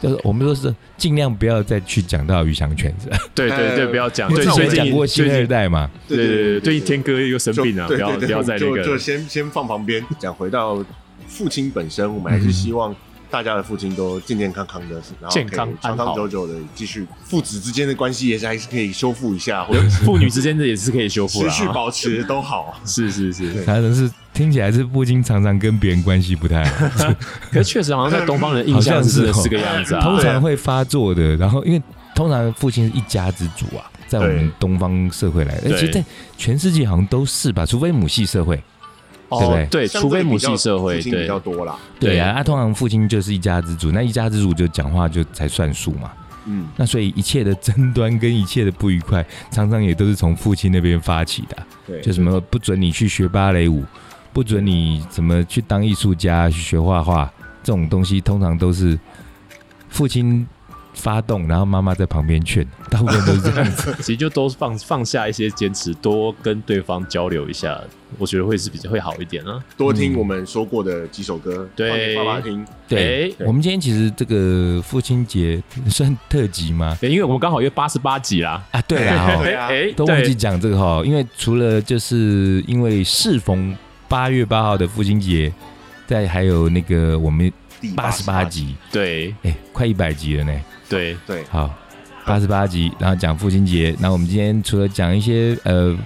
C: 就是我们说是尽量不要再去讲到余祥全，是吧
B: 对对对，不要讲，
A: 因
B: 对，
A: 为这
B: 最
C: 之
A: 呃我
B: 近
C: 前讲过
B: 最
C: 新二
B: 近，
C: 代嘛，
B: 对对对，最近天哥又生
A: 就
B: 病啊了，不
A: 对
B: 要
A: 对
B: 不
A: 对
B: 要再那
A: 就就
B: 个，
A: 先先放旁边，讲回到父亲本身，我们还
C: 嗯
A: 是希望大家的父亲都健健康康的，然后可以
B: 健康
A: 长
B: 安好
A: 长久久的继续父子之间的关系也是还是可以修复一下，或者
B: 人父女之间的也是可以修复
A: 持
B: 啦，
A: 续保持都好。
B: 是是是，
C: 反正是听起来是布金常常跟别人关系不太
B: 啊
C: 好，
B: 可是确实好像在东方人印
C: 好像
B: 象是
C: 是哦
B: 是这个样 子
C: 通
B: 啊，
C: 常会发作的。然后因为通常父亲是一家之主啊，在我们
A: 对
C: 东方社会来，而
B: 对
C: 且在全世界好像都是吧，除非母系社会。对不
B: 哦
C: 对
B: 对，
A: 相
B: 除
A: 对
B: 非母
A: 比较
B: 系社会，
A: 父亲比
B: 对
A: 较多啦。
B: 对
C: 对啊，啊，通常父亲就是一家之主，那一家之主就讲话就才算数嘛。
A: 嗯，
C: 那所以一切的争端跟一切的不愉快，常常也都是从父亲那边发起的啊、
A: 对，
C: 就什么不准你去学芭蕾舞，不准你怎么去当艺术家、去学画画这种东西，通常都是父亲发动，然后妈妈在旁边劝，大部分都 是
A: 哎
C: 这样子。
B: 其实就都放放下一些坚持，多跟对方交流一下，我觉得会是比较会好一点啊。
A: 多听
C: 嗯
A: 我们说过的几首歌，
B: 对
A: 放给爸爸听。哎
C: 对，
B: 对
C: 我们今天其实这个父亲节算特辑吗？
B: 对，因为我们刚好约八十八集啦，
C: 啊，对 啦、哦，
A: 对啊
C: 都忘记讲这个哈、因为除了就是因为适逢八月八号的父亲节，再还有那个我们
A: 第
C: 八十八
A: 88，
C: 集，
B: 对
C: 哎、快一百集了呢。
B: 对
A: 对，
C: 好，八十八集，然后讲父亲节。那我们今天除了讲一些呃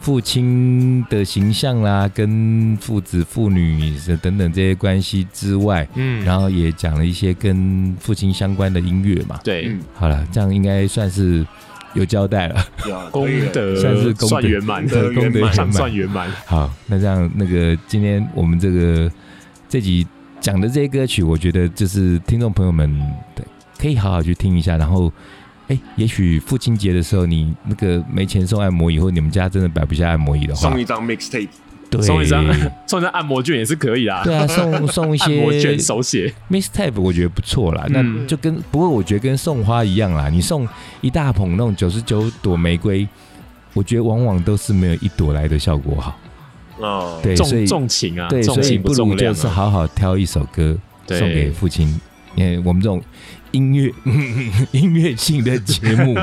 C: 父亲的形象啦，跟父子、父女等等这些关系之外，
B: 嗯
C: 然后也讲了一些跟父亲相关的音乐嘛。
B: 对
A: 嗯，
C: 好了，这样应该算是有交代了。
A: 对啊
B: 功
A: 可以了
B: 德
C: 算是功德
B: 算圆满，
A: 对功德圆满
B: 上算圆满。
C: 好，那这样那个今天我们这个这集讲的这些歌曲，我觉得就是听众朋友们对可以好好去听一下，然后。哎，也许父亲节的时候，你那个没钱送按摩椅，或你们家真的摆不下按摩椅的话
A: 送一，张 mixtape，
C: 对，
B: 送一张 送一张按摩券也是可以啦，
C: 对啊，送送一
B: 按摩
C: 些
B: 券手写，
C: mixtape，我觉得不错啦。那
B: 嗯
C: 就跟不过我觉得跟送花一样啦，你送一大捧那种九十九朵玫瑰，我觉得往往都是没有一朵来的效果好。
A: 哦，
C: 对，所以
B: 重重情啊，
C: 对，
B: 重
C: 所以
B: 情
C: 不如
B: 重量
C: 就是
B: 啊。
C: 好好挑一首歌
B: 对
C: 送给父亲。因为我们这种音乐 音乐性的节 目，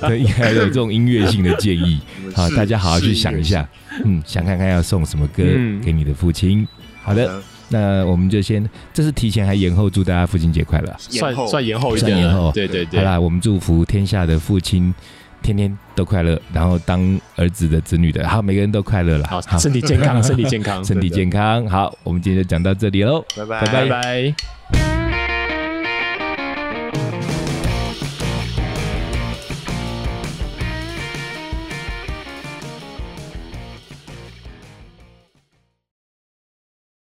C: 对，还有这种音乐性的建议，好，
A: 是
C: 大家好好去想一。
A: 是
C: 下，嗯，想看看要送什么歌
B: 嗯
C: 给你的父亲。好的，
A: 的
C: 那我们就先，这是提前还延后，祝大家父亲节快乐。
B: 算
A: 延后
B: 算延后一
C: 算
B: 点
C: 延
B: 了
C: 后，
B: 对对
C: 好
B: 对，
C: 啦，我们祝福天下的父亲天天都快乐，然后当儿子的、子女的，好，每个人都快乐啦。
B: 好， 身体健康，身体健康，
C: 身体健康。好，我们今天就讲到这里喽。
A: 拜
C: 拜
B: 拜拜。